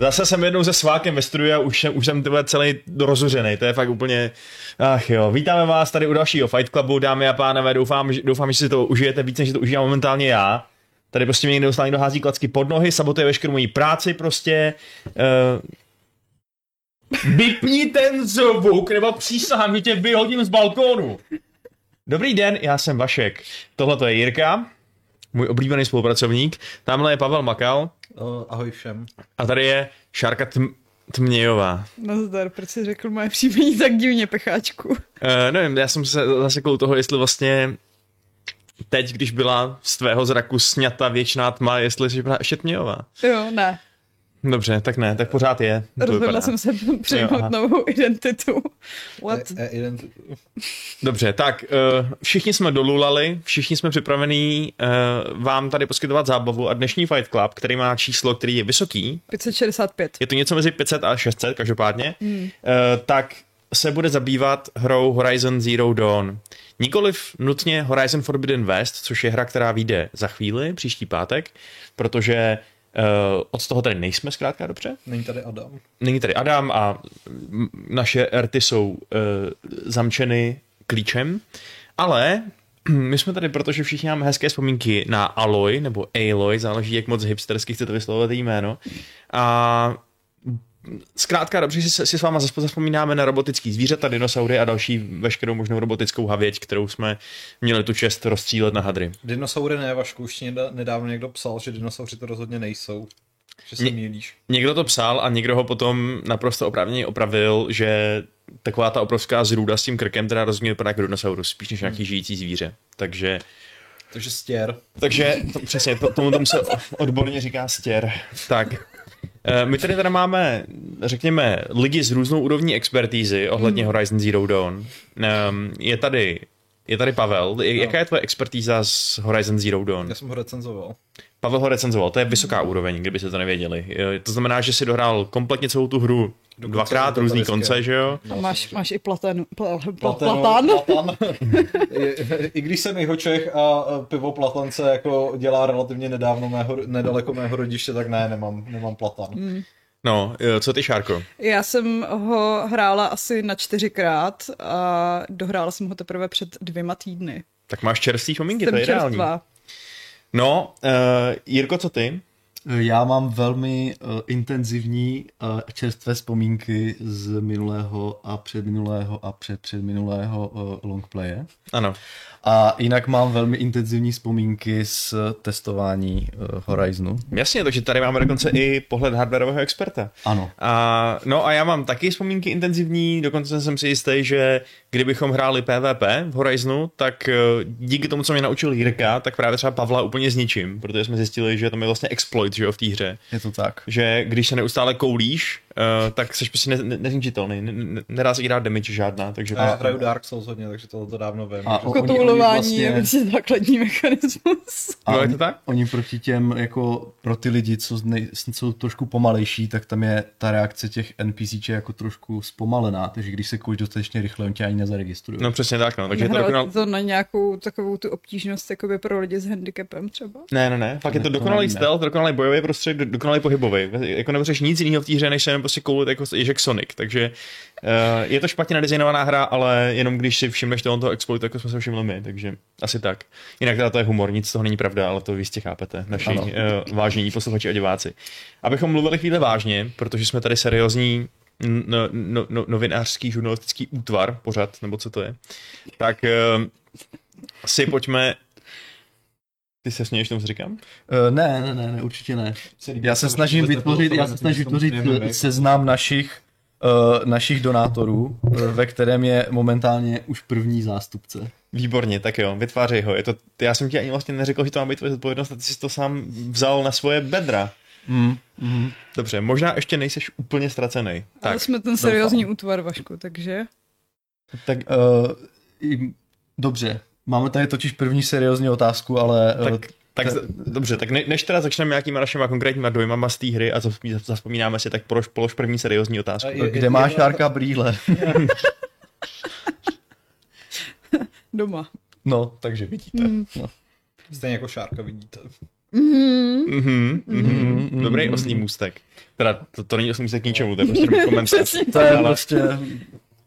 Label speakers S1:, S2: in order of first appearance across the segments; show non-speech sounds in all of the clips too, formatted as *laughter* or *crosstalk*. S1: Zase jsem jednou se svákem ve studiu a už jsem, už jsem tyhle celý rozuřený, to je fakt úplně, ach jo. Vítáme vás tady u dalšího Fight Clubu, dámy a pánové, doufám, že, doufám, že si to užijete víc, než si to užívám momentálně já. Tady prostě mě někdo dostal, někdo hází klacky pod nohy, sabotuje veškerou mojí práci prostě. Uh, vypni ten zvuk, nebo přísahám, že tě vyhodím z balkónu. Dobrý den, já jsem Vašek. Tohle je Jirka, můj oblíbený spolupracovník. Tamhle je Pavel Makal.
S2: O, No, ahoj všem.
S1: A tady je Šárka Tm- Tmějová.
S3: Nazdar, proč jsi řekl moje příjmení tak divně, pecháčku?
S1: Uh, nevím, já jsem se zasekl u toho, jestli vlastně teď, když byla z tvého zraku sňata věčná tma, jestli jsi byla ještě Tmějová.
S3: Jo, ne.
S1: Dobře, tak ne, tak pořád je. To vypadá.
S3: Rozhodla jsem se
S1: Jo, aha.
S3: přijmout novou identitu. Eh, What?
S2: E, e, jeden,
S1: Dobře, tak uh, všichni jsme dolulali, všichni jsme připravení uh, vám tady poskytovat zábavu a dnešní Fight Club, který má číslo, který je vysoký,
S3: 565.
S1: je to něco mezi 500 a 600 každopádně, mm. uh, tak se bude zabývat hrou Horizon Zero Dawn. Nikoliv nutně Horizon Forbidden West, což je hra, která vyjde za chvíli, příští pátek, protože uh, od toho tady nejsme zkrátka dobře.
S2: není tady Adam.
S1: Není tady Adam a mm, naše RTy jsou uh, zamčeny klíčem, ale *clears throat* my jsme tady, protože všichni máme hezké vzpomínky na Aloy, nebo Aloy, záleží, jak moc hipstersky chcete vyslovovat její jméno. A zkrátka dobře, si, si s váma zas- zapomínáme na robotický zvířata, dinosaury a další veškerou možnou robotickou havěť, kterou jsme měli tu čest rozstřílet na hadry.
S2: Dinosaury ne, Vašku, už ti nedá- nedávno někdo psal, že dinosauři to rozhodně nejsou. Že se
S1: Ně-
S2: mýlíš.
S1: Někdo to psal a někdo ho potom naprosto oprávněně opravil, že taková ta obrovská zrůda s tím krkem, která rozhodně vypadá jako dinosaurus, spíš než nějaký žijící zvíře. Takže,
S2: Takže stěr.
S1: takže to, *laughs* přesně, to, tomu, tomu se o- odborně říká stěr. Tak, Eh, my tady teda máme, řekněme, lidi s různou úrovní expertízy ohledně Horizon Zero Dawn. Ehm, Je tady, je tady Pavel. Je- Jaká je tvoje expertíza z Horizon Zero Dawn?
S2: Já jsem ho recenzoval.
S1: Pavel ho recenzoval, to je
S3: Hmm.
S1: vysoká úroveň, kdyby se to nevěděli. Eh, To znamená, že si dohrál kompletně celou tu hru
S2: Dokonce
S1: dvakrát,
S2: do
S1: různý
S2: tatarické.
S1: konce, že jo?
S3: A máš, máš i platan, pla, pla,
S2: Platano-
S3: platan?
S2: platan. *laughs* I- I když jsem jeho Čech a a pivo platan se jako dělá relativně nedávno mého, nedaleko mého rodiště, tak ne, nemám, nemám platan.
S3: Hmm.
S1: No, eh, co ty, Šárko?
S3: Já jsem ho hrála asi na čtyřikrát a dohrála jsem ho teprve před dvěma týdny.
S1: Tak máš čerstvý pomínky, to
S3: Jsem
S1: je ideální.
S3: čerstvá.
S1: No, uh, Jirko, co ty?
S4: Já mám velmi uh, intenzivní uh, čerstvé vzpomínky z minulého a předminulého a předpředminulého uh, longplaye.
S1: Ano.
S4: A jinak mám velmi intenzivní vzpomínky z testování uh, Horizonu.
S1: Jasně, takže tady máme dokonce i pohled hardwareového experta.
S4: Ano.
S1: A, no a já mám taky vzpomínky intenzivní, dokonce jsem si jistý, že kdybychom hráli PvP v Horizonu, tak eh, díky tomu, co mě naučil Jirka, tak právě třeba Pavla úplně zničím, protože jsme zjistili, že tam je vlastně exploit, že jo, v té hře.
S4: Je to tak.
S1: že když se neustále koulíš, uh, tak jsi prostě ne- ne- nezničitelný, ne- ne- nedá se ti dát damage žádná, takže... prostě-
S2: A já hraju Dark Souls hodně, takže to, to dávno vím. Jako
S4: A
S2: A,
S1: Jako
S4: o- oni- oni
S3: Kotoulování je
S4: vlastně-
S3: vlastně základní mechanismus.
S4: A
S1: No, je to
S4: oni-
S1: tak?
S4: Oni proti těm, jako pro ty lidi, co nej, jsou trošku pomalejší, tak tam je ta reakce těch NPCček jako trošku zpomalená, takže když se kouš dostatečně rychle, on tě ani nezaregistruje.
S1: No přesně tak, no, takže je to
S3: Hrát
S1: dokonal...
S3: to na nějakou takovou tu obtížnost jakoby pro lidi s handicapem třeba.
S1: Ne, ne, ne, fakt je to
S4: Ne, to
S1: dokonalý
S4: nevíme.
S1: stealth, dokonalý bojový prostředek, do- dokonalý pohybový. Jako nemůžeš nic jiného v té hře, než se jenom prostě koulit jako Ježek Sonic, takže uh, je to špatně nadizajnovaná hra, ale jenom když si všimneš tohoto exploitu, jako jsme se všimli my, takže asi tak. Jinak teda to je humor, nic z toho není pravda, ale to vy jistě chápete, naši uh,
S4: Ano.
S1: vážení posluchači a diváci. Abychom mluvili chvíli vážně, protože jsme tady seriózní n- no, no, no, novinářský žurnalistický útvar, pořád, nebo co to je, tak uh, si pojďme... Ty se směješ tomu, co říkám?
S4: Eh, Ne, ne, ne, ne, určitě ne. Já se snažím vytvořit, já se snažím vytvořit eh, seznam našich, eh, našich donátorů, eh, ve kterém je momentálně už první zástupce.
S1: Výborně, tak jo, vytvářej ho. Je to, já jsem ti ani vlastně neřekl, že to má být tvoje zodpovědnost, a ty jsi to sám vzal na svoje bedra.
S4: Mm, mm.
S1: Dobře, možná ještě nejseš úplně ztracený.
S3: Tak,
S1: Tak,
S3: Ale jsme ten seriózní útvar, Vašku, takže...
S4: Tak eh, i- dobře, máme tady totiž první seriózní otázku, ale eh,
S1: tak, tak,
S4: to-
S1: dobře, tak ne, než teda začneme nějakýma našima konkrétníma dojmama z té hry a zavzpomí- zavzpomínáme si, tak polož, polož první seriózní otázku.
S2: A je- je-
S4: kde máš
S2: jedna-
S4: Šárka brýle?
S3: Doma.
S4: No, takže vidíte.
S3: Mm,
S2: Stejně jako Šárka vidíte.
S1: Mm-hmm. Mm-hmm.
S3: mm.
S4: Mm,
S1: Mm-hmm. Dobrý osný můstek. Teda to, to není osný můstek k ničemu, to je
S3: *laughs*
S1: prostě komentář.
S3: Přesně.
S4: To je *laughs* prostě...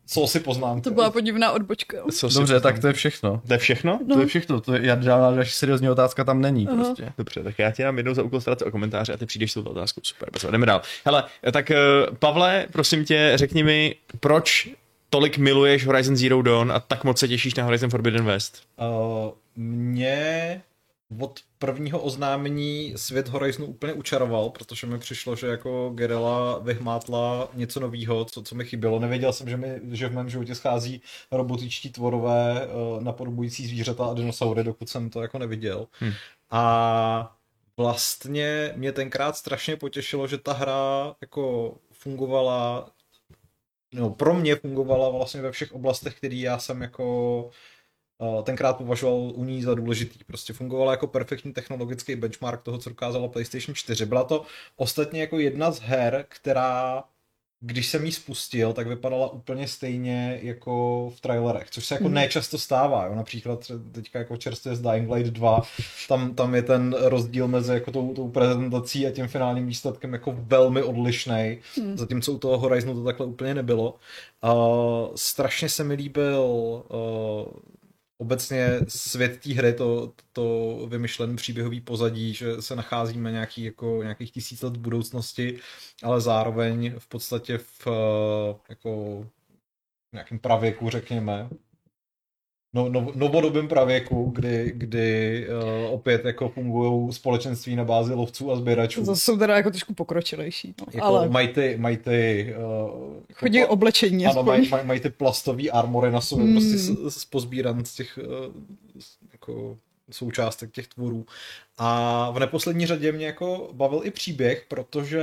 S2: Co si poznám?
S3: To byla podivná odbočka.
S1: Co si-
S4: Dobře, tak to je všechno.
S1: To je všechno?
S4: To je všechno, to je, já žádná další seriózní otázka tam není
S3: Aha.
S4: prostě.
S1: Dobře, tak já ti dám jednou za úkol starat se o komentáře a ty přijdeš s touto otázkou. Super, pozor, jdeme dál. Hele, tak eh, Pavle, prosím tě, řekni mi, proč tolik miluješ Horizon Zero Dawn a tak moc se těšíš na Horizon Forbidden West?
S2: Uh, mě od prvního oznámení svět Horizonu úplně učaroval, protože mi přišlo, že jako Gerela vyhmátla něco nového, co, co mi chybělo. Nevěděl jsem, že, mi, že v mém životě schází robotičtí tvorové uh, napodobující zvířata a dinosaury, dokud jsem to jako neviděl.
S1: Hm.
S2: A vlastně mě tenkrát strašně potěšilo, že ta hra jako fungovala, no pro mě fungovala vlastně ve všech oblastech, které já jsem jako Uh, tenkrát považoval u ní za důležitý. Prostě fungovala jako perfektní technologický benchmark toho, co dokázala PlayStation 4. Byla to ostatně jako jedna z her, která když jsem ji spustil, tak vypadala úplně stejně jako v trailerech, což se jako
S3: Mhm.
S2: nečasto stává. Jo. Například tře- teďka jako čerstvě z Dying Light 2, tam, tam je ten rozdíl mezi jako tou, tou prezentací a tím finálním výsledkem jako velmi odlišný.
S3: Hmm.
S2: Zatímco u toho Horizonu to takhle úplně nebylo. Uh, strašně se mi líbil uh, obecně svět té hry, to, to vymyšlené příběhový pozadí, že se nacházíme nějaký, jako, nějakých tisíc let v budoucnosti, ale zároveň v podstatě v eh, jako, nějakém pravěku, řekněme. No, no, novodobém pravěku, kdy, kdy uh, opět jako fungují společenství na bázi lovců a sběračů.
S3: To jsou teda jako trošku pokročilejší. No.
S2: Jako
S3: Ale
S2: mají ty, mají ty uh,
S3: chodí oblečení.
S2: ano,
S3: aspoň.
S2: mají, mají, mají ty plastový armory na sobě,
S3: Hmm.
S2: hmm. prostě z, z pozbíran z těch eh, z, jako součástek těch tvorů. A v neposlední řadě mě jako bavil i příběh, protože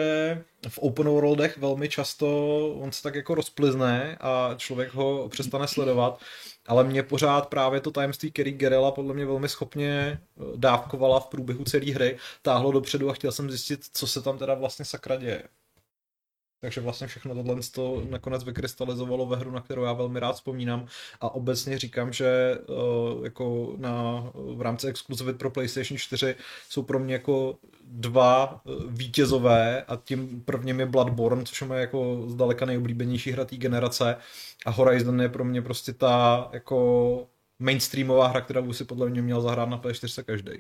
S2: v open worldech velmi často on se tak jako rozplizne a člověk ho přestane sledovat, ale mě pořád právě to tajemství, který Gerilla podle mě velmi schopně eh, dávkovala v průběhu celé hry, táhlo dopředu a chtěl jsem zjistit, co se tam teda vlastně sakra děje. Takže vlastně všechno tohle to nakonec vykrystalizovalo ve hru, na kterou já velmi rád vzpomínám a obecně říkám, že eh, jako na, v rámci exkluzivit pro PlayStation 4 jsou pro mě jako dva eh, vítězové a tím prvním je Bloodborne, což je moje jako zdaleka nejoblíbenější hra té generace a Horizon je pro mě prostě ta jako mainstreamová hra, která by si podle mě měl zahrát na PS4 každý.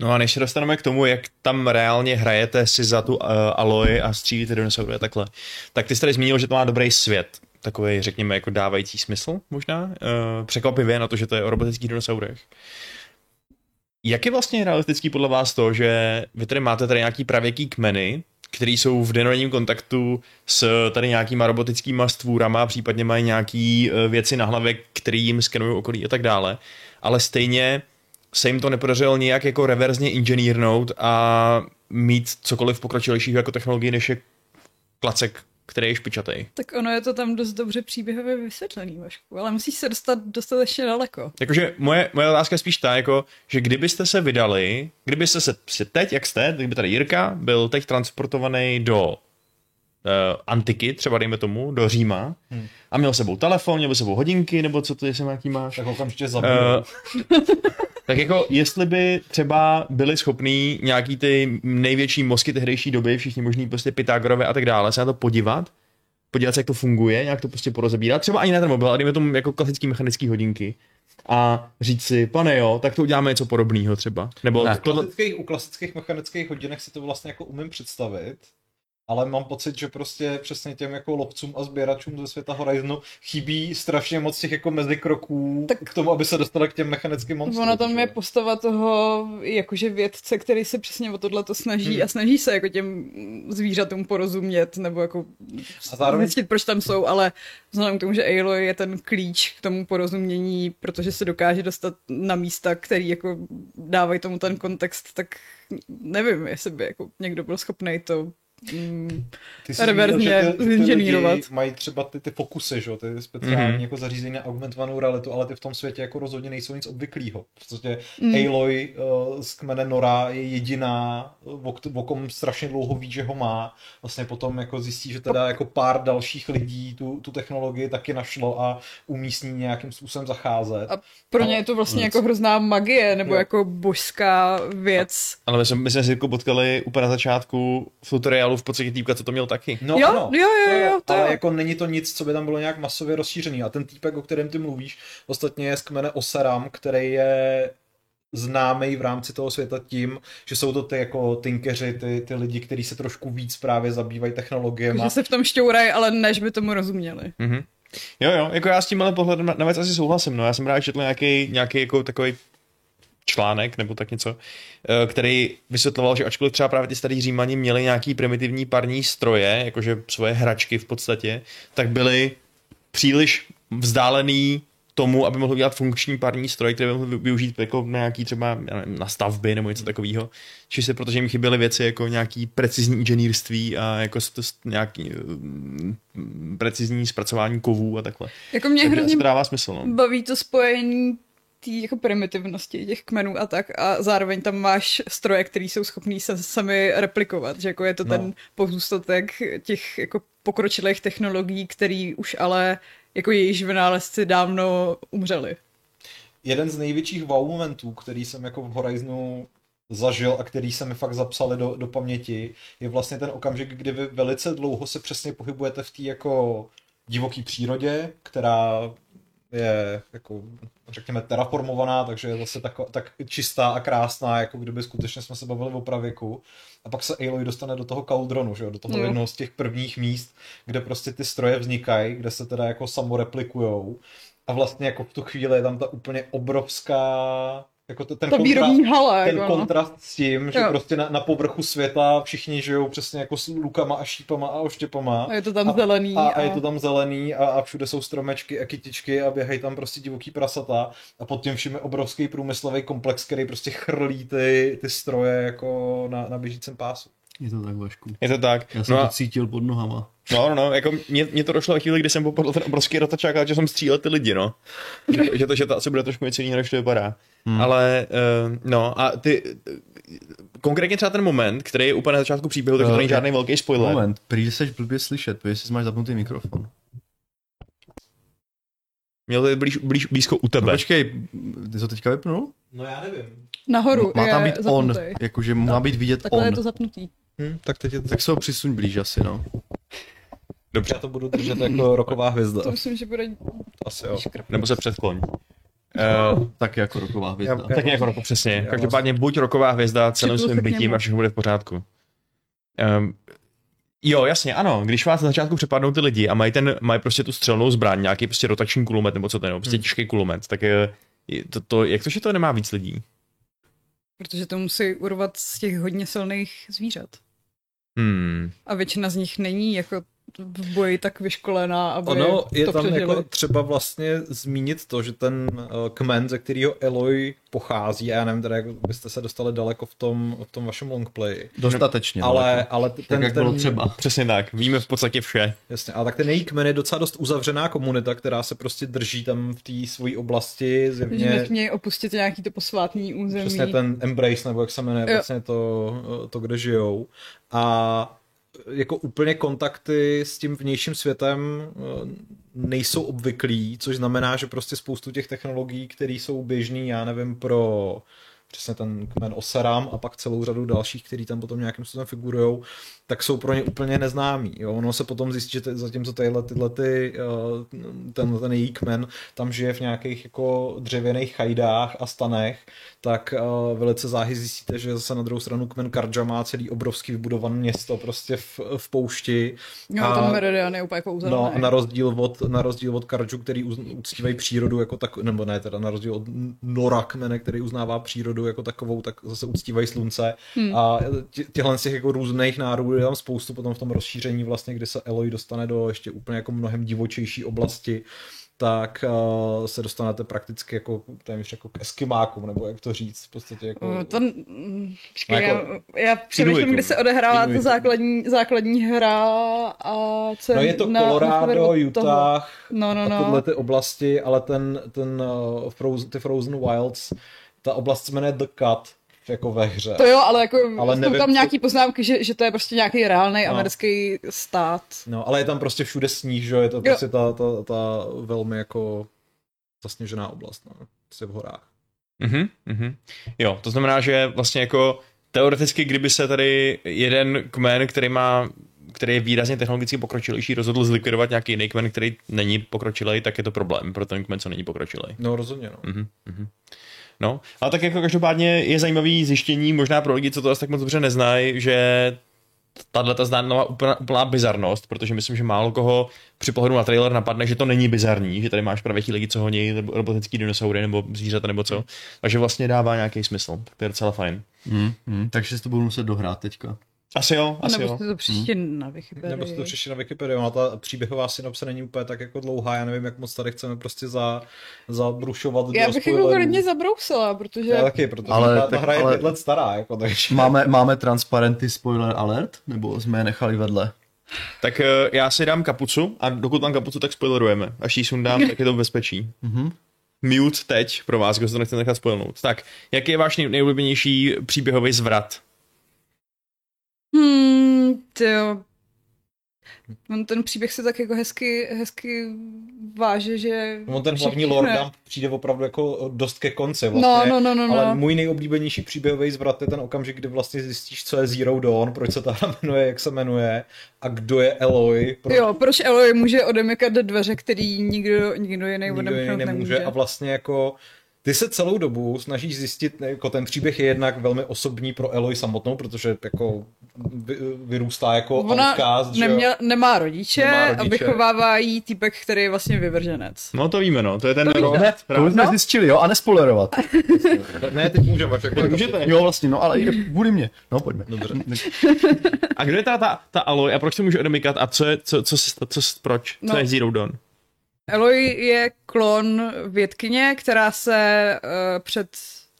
S1: No a než se dostaneme k tomu, jak tam reálně hrajete si za tu uh, aloj a střílíte dinosaury a takhle, tak ty jsi tady zmínil, že to má dobrý svět. Takový, řekněme, jako dávající smysl možná. Uh, překvapivě na to, že to je o robotických dinosaurech. Jak je vlastně realistický podle vás to, že vy tady máte tady nějaký pravěký kmeny, který jsou v dennodenním kontaktu s tady nějakýma robotickýma stvůrama, případně mají nějaký eh, věci na hlavě, který jim skenují okolí a tak dále, ale stejně se jim to nepodařilo nějak jako reverzně inženýrnout a mít cokoliv pokročilejšího jako technologii, než je klacek, který je špičatej.
S3: Tak ono je to tam dost dobře příběhově vysvětlený, Vašku, ale musíš se dostat dostatečně daleko.
S1: Jakože moje, moje otázka je spíš ta, jako, že kdybyste se vydali, kdybyste se se teď, jak jste, kdyby tady Jirka byl teď transportovaný do uh, antiky, třeba dejme tomu, do Říma, hmm. a měl s sebou telefon, nebo s sebou hodinky, nebo co to, jestli nějaký máš.
S2: Tak okamžitě zabiju.
S1: Eh, *laughs* tak jako, jestli by třeba byli schopní nějaký ty největší mozky tehdejší doby, všichni možní prostě Pythagorové a tak dále, se na to podívat, podívat se, jak to funguje, nějak to prostě porozebírat, třeba ani na ten mobil, ale dejme tomu jako klasický mechanický hodinky a říct si, pane jo, tak to uděláme něco podobného třeba. Nebo
S4: Ne.
S1: ne. tohle,
S2: klasických, u klasických mechanických hodinek si to vlastně jako umím představit, ale mám pocit, že prostě přesně těm jako lovcům a sběračům ze světa Horizonu chybí strašně moc těch jako mezikroků
S3: Tak-
S2: tak... k tomu, aby se dostali k těm mechanickým monstrům.
S3: Ona tam
S2: že
S3: je
S2: jo.
S3: postava toho jakože vědce, který se přesně o tohle to snaží
S2: Hmm.
S3: a snaží se jako těm zvířatům porozumět nebo jako
S2: A zároveň-
S3: zjistit, proč tam jsou, ale vzhledem k tomu, že Aloy je ten klíč k tomu porozumění, protože se dokáže dostat na místa, který jako dávají tomu ten kontext, tak nevím, jestli by jako někdo byl schopný to mm,
S2: Ty
S3: reverzně
S2: že ty- ty
S3: zinženýrovat.
S2: lidi Mají třeba ty, ty fokusy, že? jo, ty speciální mm-hmm. jako zařízení na augmentovanou realitu, ale ty v tom světě jako rozhodně nejsou nic obvyklého. Prostě mm. Aloy uh, z kmene Nora je jediná, eh, o, kt- o kom strašně dlouho ví, že ho má. Vlastně potom jako zjistí, že teda jako pár dalších lidí tu, tu technologii taky našlo a umí s ní nějakým způsobem zacházet.
S3: A pro ně je to vlastně jako hrozná magie, nebo
S2: Jo.
S3: jako božská věc.
S1: Ale my jsme, my jsme si jako potkali úplně na začátku v tutoriálu v podstatě týpka, co to měl taky.
S2: No,
S3: Jo,
S2: ano,
S3: jo, jo, jo, to
S2: ale
S3: jo.
S2: jako není to nic, co by tam bylo nějak masově rozšířený. A ten týpek, o kterém ty mluvíš, ostatně je z kmene Osaram, který je známý v rámci toho světa tím, že jsou to ty jako tinkeři, ty, ty lidi, kteří se trošku víc právě zabývají technologiemi.
S3: Že se v tom šťourají, ale než by tomu rozuměli.
S1: Mhm. Jo, jo, jako já s tímhle pohledem na, na věc asi souhlasím, no, já jsem právě četl nějaký, nějaký jako takový článek nebo tak něco, eh, který vysvětloval, že ačkoliv třeba právě ty starý římani měli nějaký primitivní parní stroje, jakože svoje hračky v podstatě, tak byly příliš vzdálený tomu, aby mohl dělat funkční parní stroj, který by mohl vy- využít jako na nějaký třeba já nevím, na stavby nebo něco takového. Či se, protože jim chyběly věci jako nějaký precizní inženýrství a jako s- s- nějaký mm, mm, precizní zpracování kovů a takhle.
S3: Jako mě
S1: Takže
S3: hrozně Mm.
S1: asi to dává smysl, no.
S3: baví to spojení té jako primitivnosti těch kmenů a tak a zároveň tam máš stroje, které jsou schopný se sami replikovat, že jako je to no. ten pozůstatek těch jako pokročilých technologií, který už ale jako jejich vynálezci dávno umřeli.
S2: Jeden z největších wow momentů, který jsem jako v Horizonu zažil a který se mi fakt zapsali do, do paměti, je vlastně ten okamžik, kdy vy velice dlouho se přesně pohybujete v té jako divoké přírodě, která je jako řekněme terraformovaná, takže je zase tak, tak čistá a krásná, jako kdyby skutečně jsme se bavili o pravěku. A pak se Aloy dostane do toho kaudronu, že jo? do toho
S3: Jo.
S2: jednoho z těch prvních míst, kde prostě ty stroje vznikají, kde se teda jako samoreplikujou. A vlastně jako v tu chvíli je tam ta úplně obrovská jako to, ten
S3: Ta výrobní hala,
S2: ten
S3: jako, no.
S2: kontrast s tím, že
S3: Jo.
S2: prostě na, na povrchu světa všichni žijou přesně jako s lukama a šípama a oštěpama.
S3: A je to tam zelený
S2: A, a je
S3: a-
S2: to tam zelený a, a všude jsou stromečky a kytičky a běhají tam prostě divoký prasata a pod tím vším je obrovský průmyslový komplex, který prostě chrlí ty, ty stroje jako na, na běžícím pásu.
S4: Je to tak, Vašku.
S1: Je to tak.
S4: Já jsem
S1: No,
S4: no
S1: a,
S4: to cítil pod nohama.
S1: no, no, no, jako mě, mě to došlo ve chvíli, kdy jsem popadl ten obrovský rotačák a že jsem střílel ty lidi, no. Že, že to, že to asi bude trošku něco jiného, než to vypadá. Hmm. Ale, uh, no, a ty, eh, konkrétně třeba ten moment, který je úplně na začátku příběhu, takže to
S4: Eh,
S1: není žádný velký spoiler.
S4: Moment, prý seš blbě slyšet, protože jsi máš zapnutý mikrofon.
S1: Měl to být blíž, blíž, blízko u
S4: No,
S1: tebe.
S4: počkej, ty jsi to teďka vypnul?
S2: No já nevím.
S3: Nahoru
S4: Má tam
S3: je
S4: být on,
S3: zapnutý.
S4: jakože má být vidět
S3: Takhle je
S4: on.
S3: to zapnutý.
S2: Hm, tak teď je to tak.
S4: Tak se ho přisuň blíž asi, no.
S2: Já to budu držet jako roková hvězda.
S3: To myslím, že bude
S2: Asi jo.
S3: škrb.
S1: Nebo se předkloň. Uh,
S4: Tak jako roková hvězda.
S2: Já-
S1: tak nějak Jako roko, přesně.
S2: Já
S1: Každopádně buď roková hvězda celým
S3: Připnul
S1: svým
S3: se k
S1: bytím
S3: němu.
S1: a všechno bude v pořádku. Um, jo, jasně, ano. Když vás na začátku přepadnou ty lidi a mají, ten, mají prostě tu střelnou zbraň, nějaký prostě rotační kulomet nebo co to je, nebo prostě těžký kulomet, tak je, je to, to, jak to, že to nemá víc lidí?
S3: Protože to musí urvat z těch hodně silných zvířat.
S1: Hmm.
S3: A většina z nich není jako v boji tak vyškolená, aby
S2: Ono je
S3: to
S2: tam
S3: přežili.
S2: jako třeba vlastně zmínit to, že ten eh, kmen, ze kterého Eloy pochází, a já nevím teda, jak byste se dostali daleko v tom, v tom vašem longplayi,
S4: Dostatečně.
S2: ale,
S4: daleko.
S2: ale t- ten,
S4: tak jak
S2: ten,
S4: bylo třeba.
S1: Přesně tak, víme v podstatě vše.
S2: Jasně, ale tak ten její kmen je docela dost uzavřená komunita, která se prostě drží tam v té své oblasti,
S3: Že
S2: zjevně
S3: nesmějí opustit nějaký to posvátný území.
S2: přesně ten embrace, nebo jak se jmenuje,
S3: Jo.
S2: vlastně to, to, kde žijou. A jako úplně kontakty s tím vnějším světem eh, nejsou obvyklí, což znamená, že prostě spoustu těch technologií, které jsou běžné, já nevím, pro přesně ten kmen Osaram a pak celou řadu dalších, který tam potom nějakým způsobem figurují, tak jsou pro ně úplně neznámí. Jo? Ono se potom zjistí, že t- zatímco tyhle, tyhle ty, eh, ten, ten její kmen tam žije v nějakých jako dřevěných chajdách a stanech, tak eh, velice záhy zjistíte, že zase na druhou stranu kmen Karja má celý obrovský vybudované město prostě v, v poušti.
S3: Jo,
S2: a-
S3: No, tam Meridian je úplně jako kouzelný.
S2: No, a na rozdíl od, na rozdíl od Karču, který uz, uctívají přírodu jako tak, nebo ne, teda na rozdíl od Nora Kmene, který uznává přírodu jako takovou, tak zase uctívají slunce. Hmm. A tě- těchhle z těch jako různých národů je tam spoustu potom v tom rozšíření vlastně, kdy se Eloy dostane do ještě úplně jako mnohem divočejší oblasti, tak uh, se dostanete prakticky jako téměř jako k eskimákům, nebo jak to říct, v podstatě jako...
S3: Uh, To, mm, počkej,
S2: No
S3: já,
S2: jako-
S3: já přemýšlím,
S2: Inuitům.
S3: kde se odehrála ta
S2: Inuitům.
S3: základní, základní hra a co
S2: No je to
S3: na- na severu
S2: Colorado,
S3: od toho.
S2: Utah,
S3: No, no,
S2: a
S3: no.
S2: tyhle ty oblasti, ale ten, ten uh, Frozen, ty Frozen Wilds, ta oblast se jmenuje The Cut, jako ve hře.
S3: To jo, ale jako
S2: Ale
S3: ale jsou
S2: nevím, co-
S3: tam nějaký poznámky, že, že to je prostě nějaký reálný
S2: No.
S3: americký stát.
S2: No, ale je tam prostě všude sníh, že jo, je to prostě ta, ta, ta velmi jako zasněžená oblast, no, prostě v horách.
S1: Mhm, mhm. Jo, to znamená, že vlastně jako teoreticky, kdyby se tady jeden kmen, který má který je výrazně technologicky pokročilejší, rozhodl zlikvidovat nějaký jiný kmen, který není pokročilej, tak je to problém pro ten kmen, co není pokročilej.
S2: No rozhodně, no.
S1: Mhm, mhm. No, ale tak jako každopádně je zajímavý zjištění, možná pro lidi, co to asi tak moc dobře neznají, že tahle ta známá úplná, úplná bizarnost, protože myslím, že málo koho při pohledu na trailer napadne, že to není bizarní, že tady máš právě ti lidi, co honí nebo robotický dinosaury nebo zvířata nebo co. Takže vlastně dává nějaký smysl. Tak to je docela fajn.
S4: Hmm, hmm, takže si to budu muset dohrát teďka.
S1: Asi jo,
S3: A
S1: asi
S3: nebo
S1: jo.
S3: jste to příště na Wikipedii.
S2: Mhm. Nebo si to přečti na Wikipedii, ona ta příběhová synopse není úplně tak jako dlouhá, já nevím, jak moc tady chceme prostě za, zabrušovat do
S3: Já bych jako
S2: spoilerů.
S3: hodně zabrousila, protože...
S2: Já taky, protože
S4: Ale
S2: ale, ta, ta
S4: tak-
S2: hra je
S4: ale-
S2: pět let stará, jako takže.
S4: Máme, máme transparenty spoiler alert? Nebo jsme je nechali vedle?
S1: Tak eh, já si dám kapucu a dokud mám kapucu, tak spoilerujeme. Až ji sundám, tak je to v bezpečí. Mute teď pro vás, kdo se to nechce nechat spojnout. Tak, jaký je váš nej- nejoblíbenější příběhový zvrat?
S3: Hmm, to jo. On ten příběh se tak jako hezky, hezky váže, že...
S2: *laughs* On ten hlavní
S3: všechno
S2: lord
S3: je-
S2: tam přijde opravdu jako dost ke konci
S3: No,
S2: vlastně.
S3: no, no, no, no.
S2: Ale můj nejoblíbenější příběhový zvrat je ten okamžik, kdy vlastně zjistíš, co je Zero Dawn, proč se ta hra jmenuje, jak se jmenuje a kdo je Eloy, proč
S3: Jo, proč Eloy může odemykat dveře, který nikdo, nikdo jiný
S2: nikdo jiný
S3: odemknout
S2: nemůže.
S3: nemůže.
S2: A vlastně jako ty se celou dobu snažíš zjistit, jako ten příběh je jednak velmi osobní pro Eloy samotnou, protože jako vy, vyrůstá jako
S3: Ona
S2: outcast, že jo?
S3: neměl, nemá, rodiče
S2: Nemá
S3: a
S2: rodiče.
S3: vychovává jí týpek, který je vlastně vyvrženec.
S1: No to víme, no. To je ten rok.
S4: Ne, to už jsme
S3: No.
S4: zjistili, jo, a nespoilerovat.
S2: Ne, teď můžeme. Jako
S4: Jo, vlastně, no ale jde kvůli mě. No, pojďme.
S2: Dobře.
S1: A kdo je ta, ta, ta Aloy a proč se může odemykat a co je, co, co, co, co, co proč? Co
S3: No.
S1: je Zero Dawn?
S3: Eloy je klon vědkyně, která se uh, před,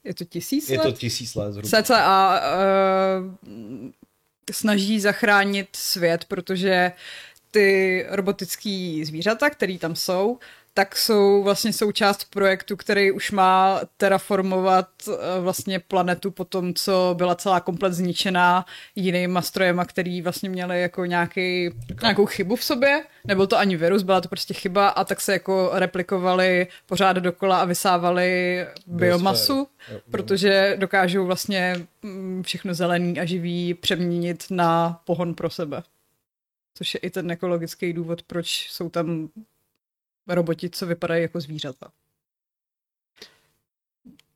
S3: je to tisíc
S2: Je
S3: let?
S2: to tisíc let zhruba.
S3: CCA uh, snaží zachránit svět, protože ty robotický zvířata, které tam jsou, tak jsou vlastně součást projektu, který už má terraformovat eh, vlastně planetu po tom, co byla celá komplet zničená jinýma strojema, který vlastně měli jako nějaký, nějakou chybu v sobě. Nebyl to ani virus, byla to prostě chyba a tak se jako replikovali pořád dokola a vysávali biomasu,
S2: Jo,
S3: No. protože dokážou vlastně mm, všechno zelený a živý přeměnit na pohon pro sebe. Což je i ten ekologický důvod, proč jsou tam roboti, co vypadají jako zvířata.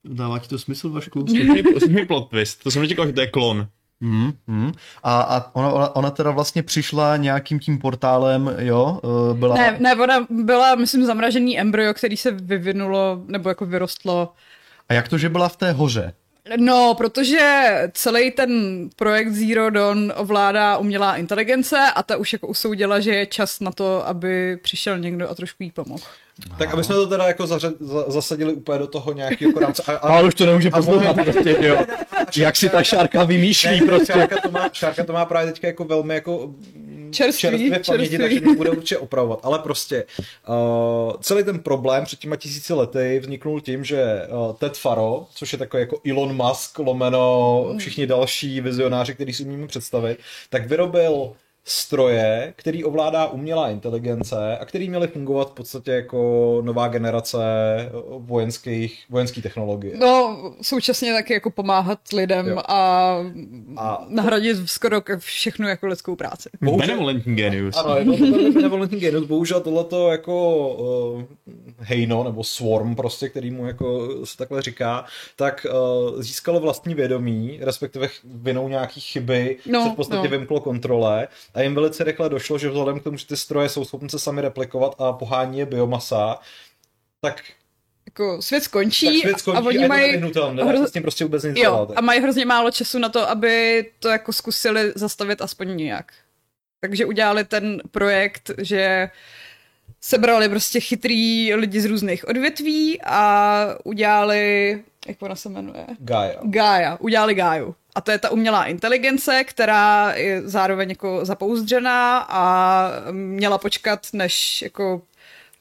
S4: Dává ti to smysl, Vašku?
S1: Jsi plot twist. To jsem nečekal, že to je klon.
S4: Mm, mm. A, a ona- ona, ona teda vlastně přišla nějakým tím portálem, jo, eh, byla...
S3: Ne, ne, ona byla, myslím, zamražený embryo, který se vyvinulo, nebo jako vyrostlo.
S4: A jak to, že byla v té hoře?
S3: No, protože celý ten projekt Zero Dawn ovládá umělá inteligence a ta už jako usoudila, že je čas na to, aby přišel někdo a trošku jí pomohl.
S2: Tak aby jsme to teda jako zaře- za- zasadili úplně do toho nějakého rámce.
S3: *laughs*
S2: A, a,
S4: Ale už to nemůže
S2: poslouchat
S4: prostě, jo. Jak si ta šárka vymýšlí prostě.
S2: Šárka to, má, šárka to má právě teďka jako velmi jako mm,
S3: Čerstvý,
S2: čerstvě v paměti,
S3: čerstvý.
S2: takže mě bude určitě opravovat. Ale prostě uh, celý ten problém před těma tisíci lety vzniknul tím, že uh, Ted Faro, což je takový jako Elon Musk, lomeno všichni další vizionáři, který si umíme představit, tak vyrobil stroje, který ovládá umělá inteligence a který měly fungovat v podstatě jako nová generace eh, vojenských, vojenský technologie.
S3: No, současně taky jako pomáhat lidem
S2: Jo.
S3: a,
S2: A-
S3: a nahradit skoro ke- všechnu jako lidskou práci.
S2: Bohužel-
S1: Benevolentní genius.
S3: *laughs*
S2: Ano, je jako to velmi benevolentní genus, bohužel tohleto jako uh, hejno, nebo swarm prostě, který mu jako se takhle říká, tak uh, získalo vlastní vědomí, respektive ch- vinou nějaký chyby no,
S3: No,
S2: se v podstatě no.
S3: no.
S2: vymklo kontrole a jim velice rychle došlo, že vzhledem k tomu, že ty stroje jsou schopni se sami replikovat a pohání je biomasa, tak,
S3: Jako svět
S2: tak
S3: skončí,
S2: svět skončí
S3: a oni mají...
S2: nevyhnutelné,
S3: hro-
S2: s tím prostě vůbec nic
S3: Jo,
S2: dělat.
S3: a mají hrozně málo času na to, aby to jako zkusili zastavit aspoň nějak. Takže udělali ten projekt, že sebrali prostě chytrý lidi z různých odvětví a udělali, jak ona se jmenuje?
S2: Gaia.
S3: Gaia. Udělali Gaiu. A to je ta umělá inteligence, která je zároveň jako zapouzdřená a měla počkat, než jako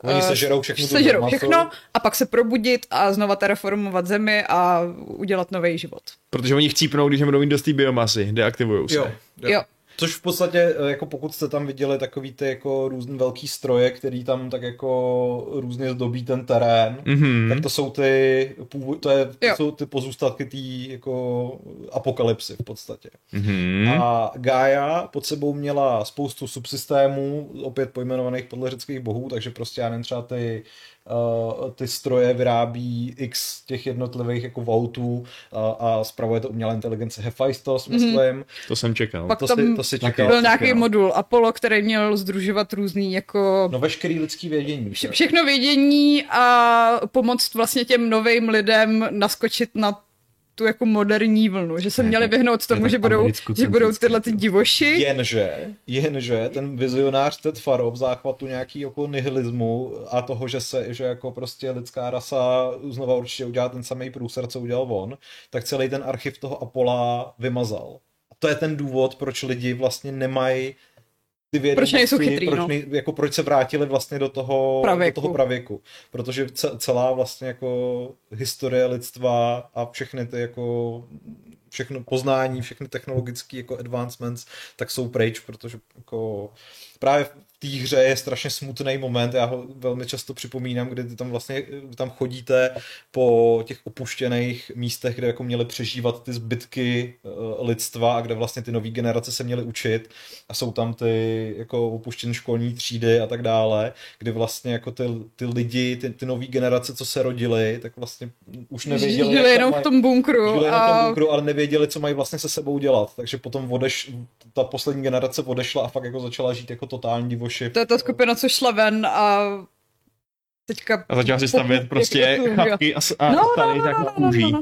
S2: Oni
S3: eh,
S2: sežerou všechno tu
S3: sežerou
S2: biomasu.
S3: všechno a pak se probudit a znova terraformovat zemi a udělat nový život.
S1: Protože oni chcípnou, když je budou mít dost té biomasy, deaktivují se.
S2: Jo, jo.
S3: Jo.
S2: Což v podstatě, eh, jako pokud jste tam viděli takový ty jako různý velký stroje, který tam tak jako různě zdobí ten terén,
S1: Mhm.
S2: tak to jsou ty, původ, to je, to
S3: Jo.
S2: jsou ty pozůstatky té jako apokalypsy v podstatě.
S1: Mhm.
S2: A Gaia pod sebou měla spoustu subsystémů, opět pojmenovaných podle řeckých bohů, takže prostě já nevím, třeba ty, uh, ty stroje vyrábí x těch jednotlivých jako vautů uh, a spravuje to umělá inteligence Hephaistos, myslím.
S1: To jsem čekal.
S3: Pak
S2: To
S3: tam
S2: si, to si čekal.
S3: byl nějaký modul Apollo, který měl združovat různý jako
S2: No veškerý lidský vědění.
S3: vše-
S2: že?
S3: všechno vědění a pomoct vlastně těm novým lidem naskočit na tu jako moderní vlnu, že se
S4: Je
S3: měli
S4: tak-
S3: vyhnout tomu,
S4: tak
S3: že budou, že
S4: americko-centrický.
S3: budou tyhle ty divoši.
S2: Jenže, jenže ten vizionář Ted Faro v záchvatu nějaký jako nihilismu a toho, že se, že jako prostě lidská rasa znova určitě udělá ten samý průser, co udělal on, tak celý ten archiv toho Apola vymazal. A to je ten důvod, proč lidi vlastně nemají ty vědomosti,
S3: Proč nejsou chytrý,
S2: proč,
S3: no.
S2: nej- jako proč se vrátili vlastně do toho
S3: Pravěku.
S2: do toho pravěku. Protože ce- celá vlastně jako historie lidstva a všechny ty jako všechno poznání, všechny technologické jako advancements, tak jsou pryč, protože jako právě v té hře je strašně smutný moment, já ho velmi často připomínám, kdy ty tam vlastně eh, tam chodíte po těch opuštěných místech, kde jako měli přežívat ty zbytky eh, lidstva a kde vlastně ty nové generace se měly učit a jsou tam ty jako opuštěné školní třídy a tak dále, kdy vlastně jako ty, ty lidi, ty, ty nové generace, co se rodily, tak vlastně už nevěděli, jak
S3: Žili
S2: tam
S3: jenom v
S2: mají-
S3: tom bunkru
S2: Žili a... na tom
S3: a
S2: bunkru, ale nevěděli, co mají vlastně se sebou dělat. Takže potom odeš, ta poslední generace odešla a fakt jako začala žít jako totální divoši.
S3: to je ta skupina, co šla ven a teďka...
S1: A začal si stavět prostě
S3: Jo.
S1: chapky a, s- a
S3: No, no,
S1: stany tak na kůží.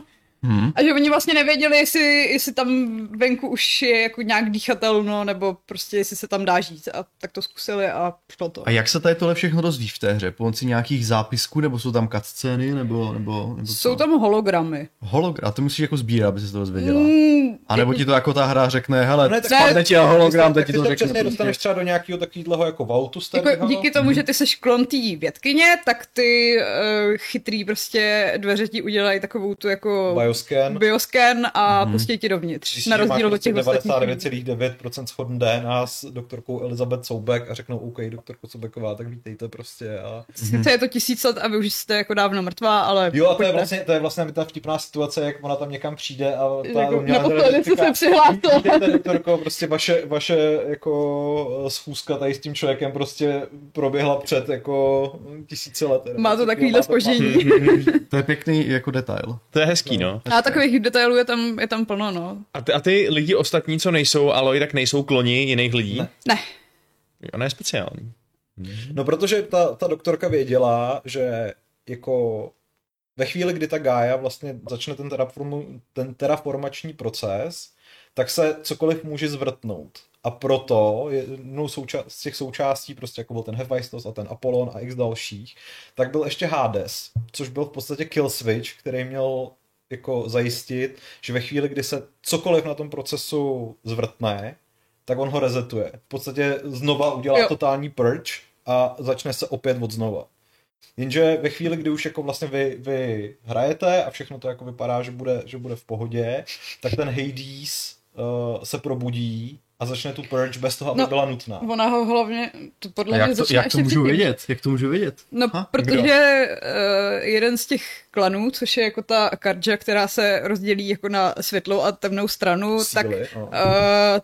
S4: Hmm.
S3: A že oni vlastně nevěděli, jestli, jestli tam venku už je jako nějak dýchatelno, nebo prostě jestli se tam dá žít. A tak to zkusili a šlo to.
S4: A jak se tady tohle všechno dozví v té hře? Pomocí nějakých zápisků, nebo jsou tam cutscény, nebo, nebo, nebo co?
S3: Jsou tam hologramy.
S4: Hologram, a to musíš jako sbírat, aby se to dozvěděla.
S3: Mm,
S4: A nebo ti to jako ta hra řekne, hele,
S2: No ne,
S4: no,
S2: tak-
S4: spadne ti a hologram, teď
S2: tak
S4: ti
S2: ty
S4: to
S2: to
S4: řekne.
S2: přesně
S4: prostě.
S2: dostaneš třeba do nějakého takového jako vautu starého.
S3: jako díky tomu,
S2: Mhm.
S3: že ty seš klon té větkyně, tak ty uh, chytrý prostě dveře ti udělají takovou tu jako
S2: Bioscan.
S3: bioscan a
S4: Mhm.
S3: pustí ti dovnř.
S2: Zjistí,
S3: Na
S2: že máš
S3: rozdíl od
S2: prostě
S3: těch ostatních. lidí.
S2: 99,9% shodný DNA s doktorkou Elizabeth Soubek a řeknou OK, doktorko Soubeková, tak vítejte prostě. A...
S4: Mhm.
S3: Sice je to tisíc let a vy už jste jako dávno mrtvá, ale
S2: Jo, a to je
S3: pojďte.
S2: vlastně, to je vlastně ta vtipná situace, jak ona tam někam přijde a ta
S3: Jako
S2: umělá
S3: naposledy, co
S2: inteligentka-
S3: se přihlásil.
S2: Víte, doktorko, prostě vaše, vaše jako schůzka tady s tím člověkem prostě proběhla před jako tisíce let.
S3: Má to takovýhle spoždění.
S4: Mhm. To je pěkný jako detail.
S1: To je hezký, no.
S3: A takových detailů je tam, je tam plno, no.
S1: A ty, a ty lidi ostatní, co nejsou Aloj, tak nejsou kloni jiných lidí?
S2: Ne.
S3: Ne,
S1: Ona je speciální.
S2: No protože ta, ta doktorka věděla, že jako ve chvíli, kdy ta Gaia vlastně začne ten, terraformu, ten terraformační proces, tak se cokoliv může zvrtnout. A proto je- jednou souča- z těch součástí, prostě jako byl ten Hephaistos a ten Apollon a x dalších, tak byl ještě Hades, což byl v podstatě kill switch, který měl jako zajistit, že ve chvíli, kdy se cokoliv na tom procesu zvrtne, tak on ho rezetuje. V podstatě znova udělá
S3: Jo.
S2: totální purge a začne se opět od znova. Jenže ve chvíli, kdy už jako vlastně vy, vy hrajete a všechno to jako vypadá, že bude, že bude v pohodě, tak ten Hades uh, se probudí a začne tu purge bez toho, aby
S3: No.
S2: no. byla nutná.
S3: ona ho hlavně, to podle
S4: A
S3: mě
S4: jak to,
S3: začíná
S4: jak to
S3: ještě
S4: můžu
S3: předtím.
S4: vědět? Jak to můžu vědět?
S3: No,
S4: Aha,
S3: protože uh, jeden z těch klanů, což je jako ta kardža, která se rozdělí jako na světlou a temnou stranu, tak, uh,
S2: Síly, no.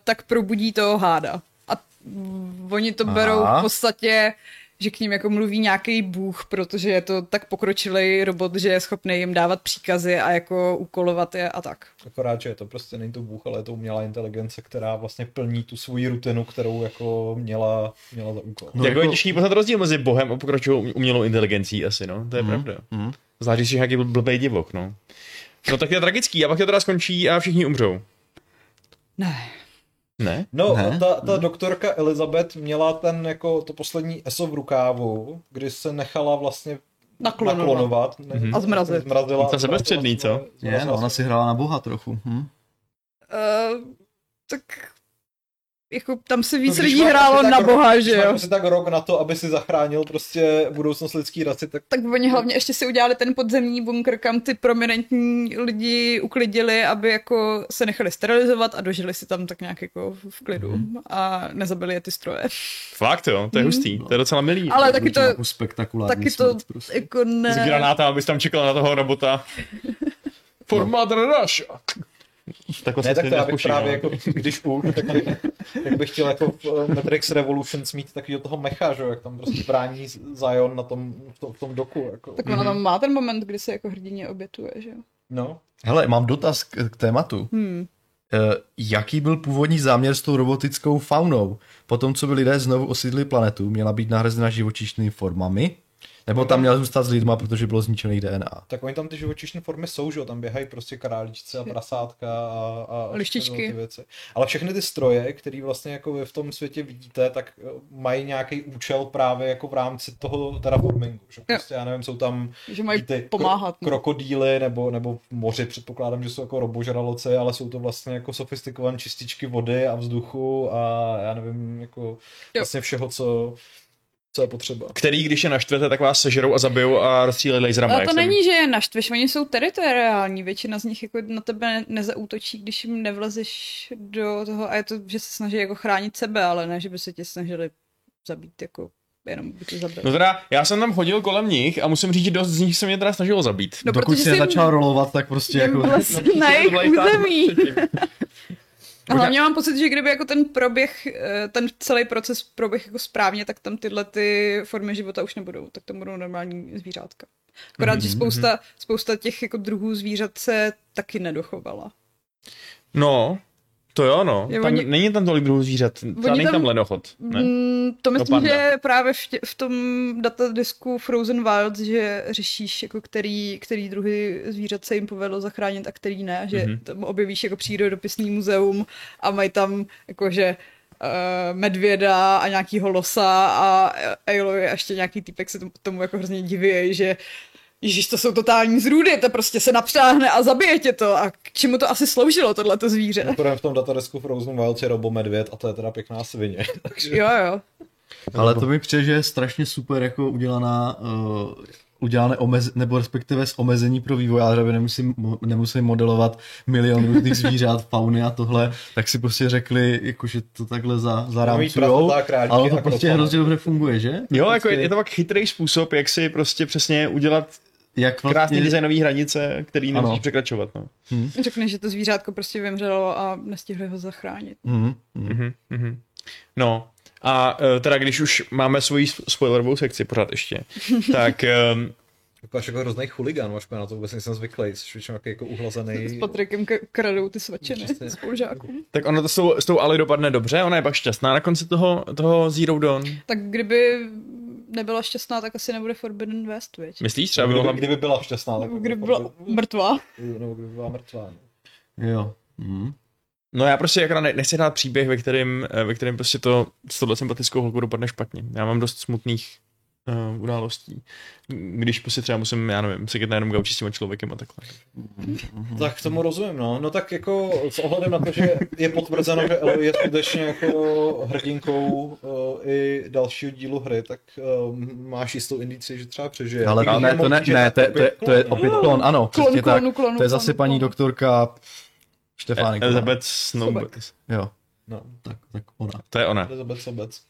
S3: tak probudí toho háda. A mm, oni to berou v
S4: Aha.
S3: podstatě, že k ním jako mluví nějaký bůh, protože je to tak pokročilý robot, že je schopný jim dávat příkazy a jako úkolovat je a tak.
S2: Akorát, že je to prostě není to Bůh, ale je to umělá inteligence, která vlastně plní tu svoji rutinu, kterou jako měla, měla za úkol.
S1: No,
S4: No,
S1: jako,
S4: jako-
S1: je těžký poznat rozdíl mezi Bohem a pokračovou umělou inteligencí asi, no. To je pravda.
S4: mhm.
S1: Zvlášť, když jsi nějaký bl- blbej divok, no. No tak to je tragický a pak to teda skončí a všichni umřou.
S3: Ne.
S1: Ne?
S2: No,
S4: Ne,
S2: ta, ta doktorka Elizabeth měla ten jako to poslední eso v rukávu, kdy se nechala vlastně
S3: Naklonovat.
S2: naklonovat. Ne,
S1: Mhm.
S3: A zmrazit.
S2: Zmrazila,
S1: To je sebestředný, co?
S4: Je, no, ona si hrála na boha trochu. Hm?
S3: Uh, tak jako tam se
S2: No,
S3: víc
S2: když
S3: lidí
S2: máš
S3: hrálo
S2: asi
S3: na
S2: tak rok-
S3: boha,
S2: když
S3: že
S2: máš
S3: jo?
S2: asi tak rok na to, aby si zachránil prostě budoucnost lidský rasy, tak
S3: Tak oni hlavně ještě si udělali ten podzemní bunkr, kam ty prominentní lidi uklidili, aby jako se nechali sterilizovat a dožili si tam tak nějak jako v klidu
S4: Mhm.
S3: a nezabili je ty stroje.
S1: Fakt jo, to
S3: Mhm.
S1: je hustý, to je docela milý.
S3: Ale taky to,
S4: Jako spektakulární
S3: taky to
S4: smrt prostě.
S3: jako ne...
S1: S granátem, abys tam čekal na toho
S3: *laughs*
S1: robota. No. For mother Russia. Takhle
S4: vlastně
S1: se
S2: Ne, tak
S1: stejně
S2: to já bych
S1: neskouší,
S2: právě
S1: no.
S2: prostě jako, když už, tak bych, tak bych chtěl jako v eh, Matrix Revolutions mít takového toho mecha, že jo, jak tam prostě brání Zion na tom, v tom, v tom doku, jako.
S3: Tak
S4: Mhm.
S3: ona tam má ten moment, kdy se jako hrdině obětuje, že jo?
S2: No,
S4: Hele, mám dotaz k, k tématu.
S3: Hmm.
S4: Eh, jaký byl původní záměr s tou robotickou faunou? Potom, co by lidé znovu osídli planetu, měla být nahrazena živočišnými formami? Nebo tam měla zůstat s lidma, protože bylo zničených
S3: No,
S4: DNA?
S2: tak oni tam ty živočišné formy jsou, že jo, tam běhají prostě králičce a prasátka a, a a
S3: Lištičky.
S2: všechny tyhle Ty věci. Ale všechny ty stroje, které vlastně jako vy v tom světě vidíte, tak eh, mají nějaký účel právě jako v rámci toho terraformingu, že prostě, já nevím, jsou tam
S3: Že mají
S2: ty
S3: pomáhat. no.
S2: Kro- krokodýly nebo, nebo v moři, předpokládám, že jsou jako robožraloci, ale jsou to vlastně jako sofistikované čističky vody a vzduchu a já nevím, jako vlastně všeho, co, co je potřeba.
S1: Který, když je naštvete, tak vás sežerou a zabijou a rozstřílej laserama.
S3: Ale
S1: jak
S3: to
S1: jsem-
S3: není, že je naštveš, oni jsou teritoriální, většina z nich jako na tebe nezautočí, když jim nevlezeš do toho a je to, že se snaží jako chránit sebe, ale ne, že by se tě snažili zabít jako jenom by tě zabil.
S1: No teda, já jsem tam chodil kolem nich a musím říct, že dost z nich se mě teda snažilo zabít.
S3: No,
S4: Dokud
S3: protože
S4: si
S3: jsi jim-
S4: začal rolovat, tak prostě
S3: *laughs* Jim
S4: jako...
S3: vlez na jejich
S1: Vlejtám
S3: území.
S1: předtím.
S3: *laughs* A hlavně mám pocit, že kdyby jako ten proběh, eh, ten celý proces proběh jako správně, tak tam tyhle ty formy života už nebudou, tak tam budou normální zvířátka. Akorát,
S4: Mhm,
S3: že spousta, spousta těch jako druhů zvířat se taky nedochovala.
S1: No, to jo, no.
S3: Jo,
S1: Tam,
S3: oni-
S1: Není tam tolik druhů zvířat,
S3: Oni
S1: tam není
S3: tam-
S1: tam lenochod. Ne?
S3: Mm, to myslím,
S1: panda.
S3: že právě v, tě, v tom datadisku Frozen Wilds, že řešíš, jako který, který druhy zvířat se jim povedlo zachránit a který ne, že
S1: Mhm.
S3: mm-hmm. tam objevíš jako přírodopisný muzeum a mají tam jakože eh, medvěda a nějakýho losa a Aloy a ještě nějaký týpek se tomu, tomu jako hrozně diví, že Ježíš, to jsou totální zrůdy, to prostě se napřáhne a zabije tě to. A k čemu to asi sloužilo, tohleto zvíře?
S1: No,
S2: Mimochodem v tom datadesku Frozen Wild je Robo Medvěd a to je teda pěkná svině. Takže
S3: Jo, jo.
S4: Ale to mi přijde, že je strašně super jako udělaná, uh, udělané omez, nebo respektive s omezení pro vývojáře, aby nemusím, mo- nemuseli modelovat milion různých zvířat, fauny a tohle, tak si prostě řekli, jako, že to takhle za, zarámcujou,
S2: prasata, králíky
S4: ale to
S2: a
S4: prostě
S2: krokodýly.
S4: hrozně dobře funguje, že?
S1: Jo, jako
S4: Prostě
S1: je, je to pak chytrý způsob, jak si prostě přesně udělat
S4: jak
S1: krásný
S4: vlastně,
S1: designový hranice, který
S4: Ano.
S1: nemůžeš překračovat. No.
S3: Řekne, že to zvířátko prostě vymřelo a nestihli ho zachránit.
S4: mm, mm.
S1: Mhm, mhm. No, a eh, teda když už máme svoji sp- spoilerovou sekci pořád ještě, tak ehm,
S2: Vypadáš *laughs* jako hrozný chuligán, Vašku, já na to vůbec nejsem zvyklý, jsi většinou nějaký jako uhlazený.
S3: S Patrikem k- kradou ty svačiny *laughs*
S2: Přesně.
S3: spolužákům.
S1: tak ono to s tou, s tou Ali dopadne dobře, ona je pak šťastná na konci toho, toho Zero Dawn.
S3: Tak kdyby nebyla šťastná, tak asi nebude Forbidden West, viď?
S1: Myslíš, třeba
S2: Třeba
S1: bylo
S2: kdyby,
S1: hlavně...
S2: kdyby byla šťastná, tak
S3: Kdyby byla mrtvá.
S2: nebo kdyby byla mrtvá. no.
S4: Jo. Mm.
S1: No já prostě jako ne, nechci hrát příběh, ve kterém, eh, ve kterém prostě to s tohle sympatickou holkou dopadne špatně. Já mám dost smutných uh, událostí. Když prostě třeba musím, já nevím, sedět na jednom gauči s tím člověkem a takhle.
S2: Tak tomu rozumím, no. No tak jako s ohledem na to, že je potvrzeno, že Ellie je skutečně jako hrdinkou eh, i dalšího dílu hry, tak eh, máš jistou indici, že třeba přežije.
S4: Ale
S2: I
S4: to, ne,
S2: když
S4: to ne,
S2: že
S4: ne, to, je- to, je- to je
S2: klon, no.
S4: opět klon, ano,
S3: jako Klon,
S4: přesně tak.
S3: klonu, klonu,
S4: To je zase
S3: klonu,
S4: paní
S3: klonu. E,
S4: doktorka Štefánek.
S1: Elizabeth Snowball.
S4: Jo,
S2: No,
S4: tak, tak ona.
S1: To je ona.
S2: Elizabeth Sobec.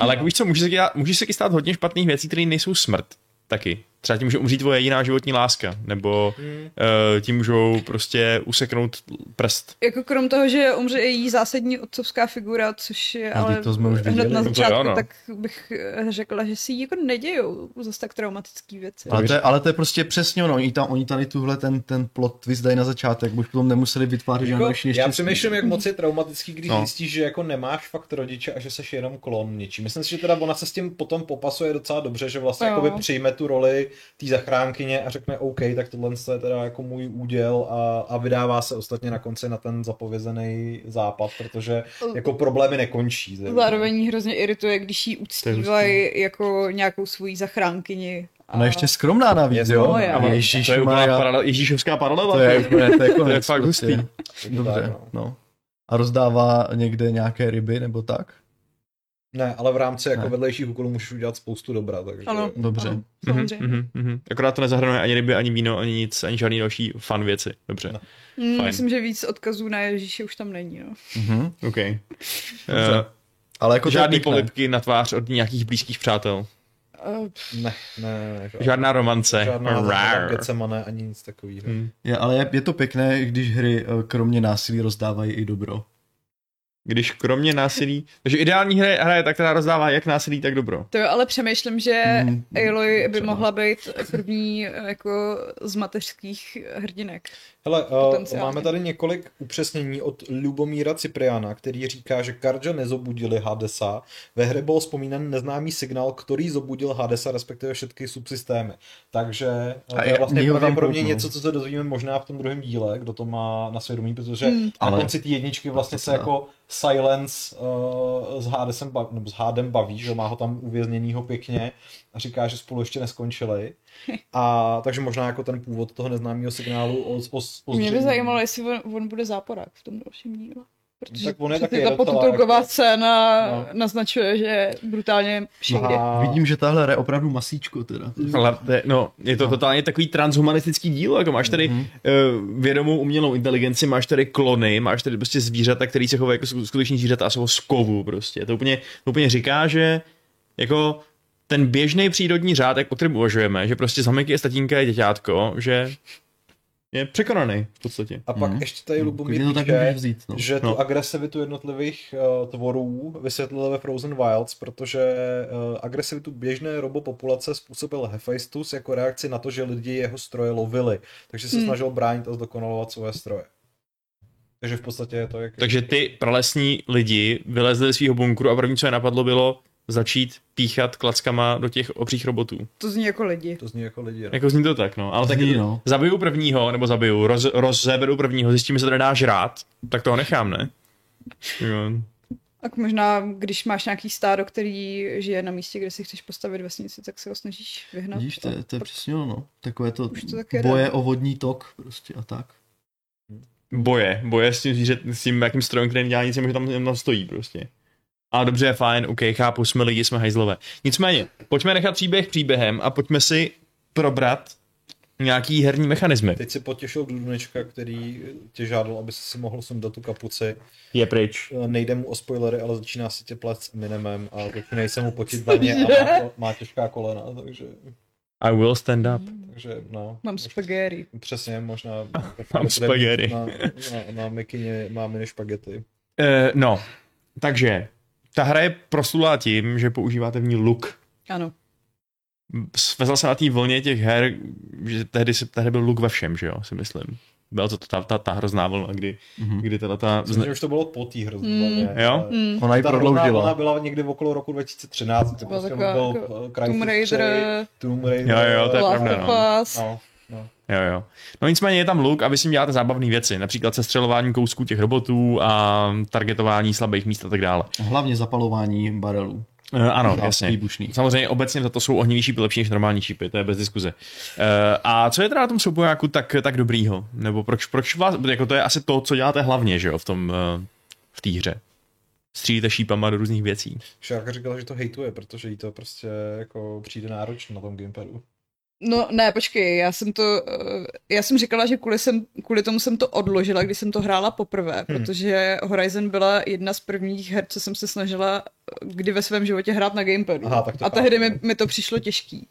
S1: Ale jako víš co, může se, dělat- může se i stát hodně špatných věcí, které nejsou smrt. Taky. Třeba tím může umřít tvoje jediná životní láska, nebo mm. uh, tím můžou prostě useknout prst.
S3: Jako krom toho, že umře i její zásadní otcovská figura, což je
S4: No,
S3: ale
S4: teď to jsme už
S3: hned
S4: viděli.
S3: na
S1: To je
S3: začátku,
S1: ano.
S3: tak bych eh, řekla, že si jí jako nedějou zase tak traumatický věci.
S4: Ale to, je, ale to je prostě přesně ono, oni, tam, oni tady tuhle ten, ten plot twist dají na začátek, už potom nemuseli vytvářet žádné
S2: Jako,
S4: další
S2: já
S4: neštěstí.
S2: přemýšlím, jak moc je traumatický, když
S4: No.
S2: no. zjistíš, že jako nemáš fakt rodiče a že seš jenom klon něčím. Myslím si, že teda ona se s tím potom popasuje docela dobře, že vlastně
S3: Jo.
S2: jakoby přijme tu roli té zachránkyně a řekne OK, tak tohle je teda jako můj úděl a, a vydává se ostatně na konci na ten zapovězený západ, protože jako problémy nekončí. zjevně.
S3: Zároveň jí hrozně irituje, když ji uctívají jako nějakou svoji zachránkyni. A...
S4: Ona je ještě skromná navíc,
S2: Je
S4: jo?
S3: skromná, jo.
S4: Ježíš,
S1: to je úplná
S4: Maria.
S1: paralela, ježíšovská paralela.
S4: to je, úplně- to je, konec,
S1: To je fakt
S4: prostě.
S1: hustý.
S2: Tak,
S4: Dobře,
S2: no.
S4: no. A rozdává někde nějaké ryby nebo tak?
S2: Ne, ale v rámci jako
S4: Ne.
S2: vedlejších úkolů můžeš udělat spoustu dobra, takže...
S3: Ano.
S4: Dobře.
S3: Ano,
S1: Mhm,
S3: samozřejmě.
S1: mhm, mhm. Akorát to nezahrnuje ani ryby, ani víno, ani nic, ani žádný další fan věci. Dobře.
S2: No.
S3: Mm,
S1: Fajn.
S3: myslím, že víc odkazů na Ježíše už tam není. No.
S4: Mhm.
S1: OK.
S4: Dobře.
S1: Eh,
S4: Ale jako to je
S1: žádný
S4: pěkné.
S1: polipky na tvář od nějakých blízkých přátel.
S3: Uh,
S2: Ne, ne, ne. Jako,
S1: Žádná romance.
S2: žádná
S1: Rar.
S2: Gecemane ani nic takového.
S1: Hm.
S4: Je, ale je, je to pěkné, když hry eh, kromě násilí rozdávají i dobro.
S1: Když kromě násilí... Takže ideální hra je, hra je ta, která rozdává jak násilí, tak dobro.
S3: to jo, ale přemýšlím, že
S4: Mm,
S3: Aloy by
S4: třeba.
S3: mohla být první eh, jako z mateřských hrdinek.
S2: Hele, uh,
S3: Potenciálně.
S2: máme tady několik upřesnění od Lubomíra Cipriana, který říká, že Karja nezobudili Hadesa. Ve hře byl vzpomínan neznámý signál, který zobudil Hadesa, respektive všechny subsystémy. Takže eh,
S4: A
S2: to
S4: je-
S2: je vlastně
S4: my ho tam
S2: pravděpodobně
S4: kouknu.
S2: něco, co se dozvíme možná v tom druhém díle, kdo to má na svědomí, protože
S3: Hmm.
S2: hmm. na
S4: Ale-
S2: konci té jedničky vlastně se
S4: Tak.
S2: jako Silence uh, s, Hadesem baví, nebo s Hádem baví, že má ho tam uvězněnýho pěkně a říká, že spolu
S3: *laughs*
S2: ještě neskončili. A takže možná jako ten původ toho neznámého signálu o, o, o
S3: Mě by
S2: zřejmě.
S3: zajímalo, jestli on, on bude záporák v tom dalším díle. Protože,
S2: Tak on je
S3: protože
S2: taky
S3: ta
S2: docela
S3: potulková
S2: jako-
S3: scéna
S2: No.
S3: naznačuje, že brutálně šíde.
S2: A-
S4: Vidím, že tahle hra je opravdu masíčko teda.
S1: Ale to je- no, je to totálně takový transhumanistický díl, jako máš tady mm-hmm. vědomou umělou inteligenci, máš tady klony, máš tady prostě zvířata, které se chovají jako sku- skuteční zvířata a jsou z kovu prostě. To úplně, to úplně říká, že jako ten běžný přírodní řád, jak o kterém uvažujeme, že prostě zamek je statínka je děťátko, že je překonaný v podstatě.
S2: A pak
S4: Mhm.
S2: mm. ještě tady
S4: Klidně
S2: Lubomír
S4: to tak
S2: píše,
S4: můžeš vzít. No.
S2: že tu
S1: No.
S2: agresivitu jednotlivých uh, tvorů vysvětlil ve Frozen Wilds, protože uh, agresivitu běžné robopopulace způsobil Hephaistus jako reakci na to, že lidi jeho stroje lovili. Takže se
S3: Mm.
S2: snažil bránit a zdokonalovat svoje stroje. Takže v podstatě je to jak...
S1: Takže ty pralesní lidi vylezli ze svého bunkru a první, co je napadlo, bylo začít píchat klackama do těch obřích robotů.
S3: To zní jako lidi.
S2: To zní jako lidi. No.
S1: Jako zní to tak, no. Ale tak
S4: Zní, no.
S1: zabiju prvního, nebo zabiju, roz, rozeberu prvního, zjistím, že se to nedá žrát, tak toho nechám, ne? Jo.
S3: Tak možná, když máš nějaký stádo, který žije na místě, kde si chceš postavit vesnici, tak se ho snažíš vyhnat.
S4: Vidíš, to je, to je přesně ono. Takové to,
S3: No, Už to taky je
S4: boje o vodní tok prostě a tak.
S1: Boje, boje s tím zvířet, s tím jakým strojem, který nedělá nic, jenom že tam, jenom tam stojí prostě. A dobře, je fajn, OK, chápu, jsme lidi, jsme hajzlové. Nicméně, pojďme nechat příběh příběhem a pojďme si probrat nějaký herní mechanismy.
S2: Teď si potěšil Dudunečka, který tě žádal, aby si mohl sundat tu kapuci.
S1: Je pryč.
S2: Eh, Nejde mu o spoilery, ale začíná si tě plést s Eminem a začínají se mu
S3: *laughs*
S2: potit vaně a má, má těžká kolena, takže,
S1: I will stand up.
S2: takže no.
S3: Mám spagery.
S2: Přesně, možná.
S1: *laughs* Mám spaghetti.
S2: Na, na, na mikině máme než špagety.
S1: Uh, no, takže ta hra je proslulá tím, že používáte v ní luk.
S3: Ano.
S1: Svezla se na té vlně těch her, že tehdy, se, tehdy byl luk ve všem, že jo, si myslím. Byla to ta, ta, ta hrozná vlna, kdy,
S4: Mhm.
S1: kdy tato ta...
S2: Myslím, že už to bylo po té hrozně.
S3: Mm.
S2: ale-
S1: Jo?
S3: Mm.
S4: Ona ji
S2: Ta hrozná vlna
S4: prodloužila.
S2: byla někdy okolo roku 2013, to
S3: byla
S2: prostě
S3: taková
S2: byl
S3: jako
S2: eh,
S3: Tomb
S2: Crysis 3,
S3: Raider,
S2: Tomb Raider. eh,
S1: Jo, jo, to je
S3: Last
S1: pravda,
S3: of
S1: no.
S3: Us.
S2: No,
S1: Jo, jo. No nicméně je tam luk a vy s ním děláte zábavné věci, například sestřelování kousků těch robotů a targetování slabých míst a tak dále.
S4: Hlavně zapalování barelů.
S1: Uh, ano,
S4: A
S1: jasně.
S4: výbušných.
S1: Samozřejmě obecně za to jsou ohnivý šípy lepší než normální šípy, to je bez diskuze. Uh, a co je teda na tom soubojáku tak, tak dobrýho? Nebo proč, proč vás, jako to je asi to, co děláte hlavně, že jo, v tom, uh, v té hře. Střílíte šípama do různých věcí.
S2: Šárka říkala, že to hejtuje, protože jí to prostě jako přijde náročně na tom gamepadu.
S3: No ne, počkej, já jsem to, eh, já jsem říkala, že kvůli, jsem, kvůli tomu jsem to odložila, když jsem to hrála poprvé, hmm. protože Horizon byla jedna z prvních her, co jsem se snažila eh, kdy ve svém životě hrát na gamepadu.
S2: Aha, tak to
S3: a tehdy
S2: chápu. no.
S3: mi, mi to přišlo těžký.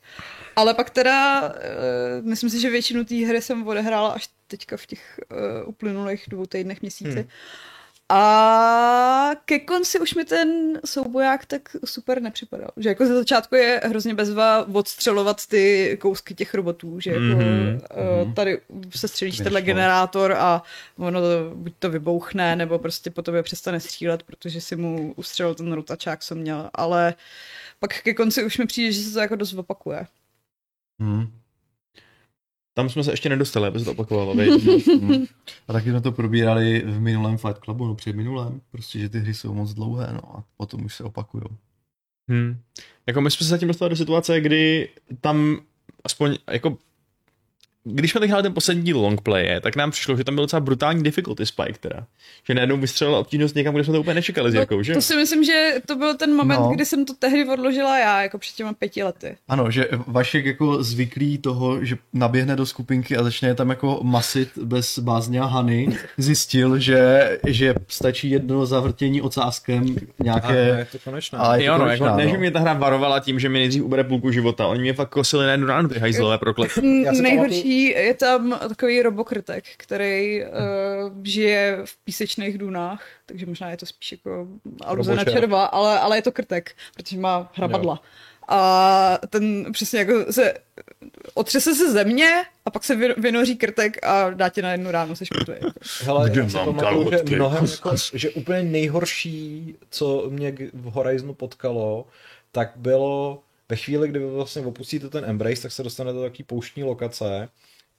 S3: Ale pak teda, eh, myslím si, že většinu té hry jsem odehrála až teďka v těch eh, uplynulých dvou týdnech, měsíci.
S1: Hmm.
S3: A ke konci už mi ten souboják tak super nepřipadal. Že jako ze začátku je hrozně bezva odstřelovat ty kousky těch robotů, že jako
S1: Mhm,
S3: mm-hmm. tady se střelíš
S4: Vyšlo.
S3: tenhle generátor a ono to, buď to vybouchne, nebo prostě po tobě přestane střílet, protože si mu ustřelil ten rotačák, co měl. Ale pak ke konci už mi přijde, že se to jako dost opakuje.
S4: Hmm.
S1: Tam jsme se ještě nedostali, aby se to opakovalo, viď?
S4: Hmm. A taky jsme to probírali v minulém Fight Clubu, no před minulém, prostě, že ty hry jsou moc dlouhé, no a potom už se opakujou.
S1: Hmm. Jako my jsme se zatím dostali do situace, kdy tam aspoň jako když jsme teď hráli ten poslední díl longplaye, tak nám přišlo, že tam byl docela brutální difficulty spike teda. Že najednou vystřelila obtížnost někam, kde jsme to úplně nečekali s jakou, že?
S3: To si myslím, že to byl ten moment,
S4: No.
S3: no. kdy jsem to tehdy odložila já, jako před těma pěti lety.
S4: Ano, že Vašek jako zvyklý toho, že naběhne do skupinky a začne je tam jako masit bez bázně a hany, zjistil, že, že stačí jedno zavrtění ocáskem
S2: A no, je
S4: nějaké...
S2: to konečné.
S4: A je
S1: jo,
S4: to
S1: no,
S4: konečná,
S1: jako, ne,
S4: no.
S1: že mě ta hra varovala tím, že mi nejdřív ubere půlku života. Oni mě fakt kosili najednou ráno ty hajzlové proklet.
S3: *laughs*
S2: Já si
S3: Nejhorší je tam takový robokrtek, který uh, žije v písečných dunách, takže možná je to spíš jako aluze na
S1: Robošer.
S3: červa, ale, ale je to krtek, protože má hrabadla. A ten přesně jako se otřese se země a pak se vy- vynoří krtek a dá tě na jednu ránu, seš mrtvý.
S2: Hele,
S1: Kde
S2: já si
S1: mám
S2: pamatuju,
S1: kalhotky?
S2: že, mnohem, jako, že úplně nejhorší, co mě k- v Horizonu potkalo, tak bylo ve chvíli, kdy vy vlastně opustíte ten Embrace, tak se dostanete do taký pouštní lokace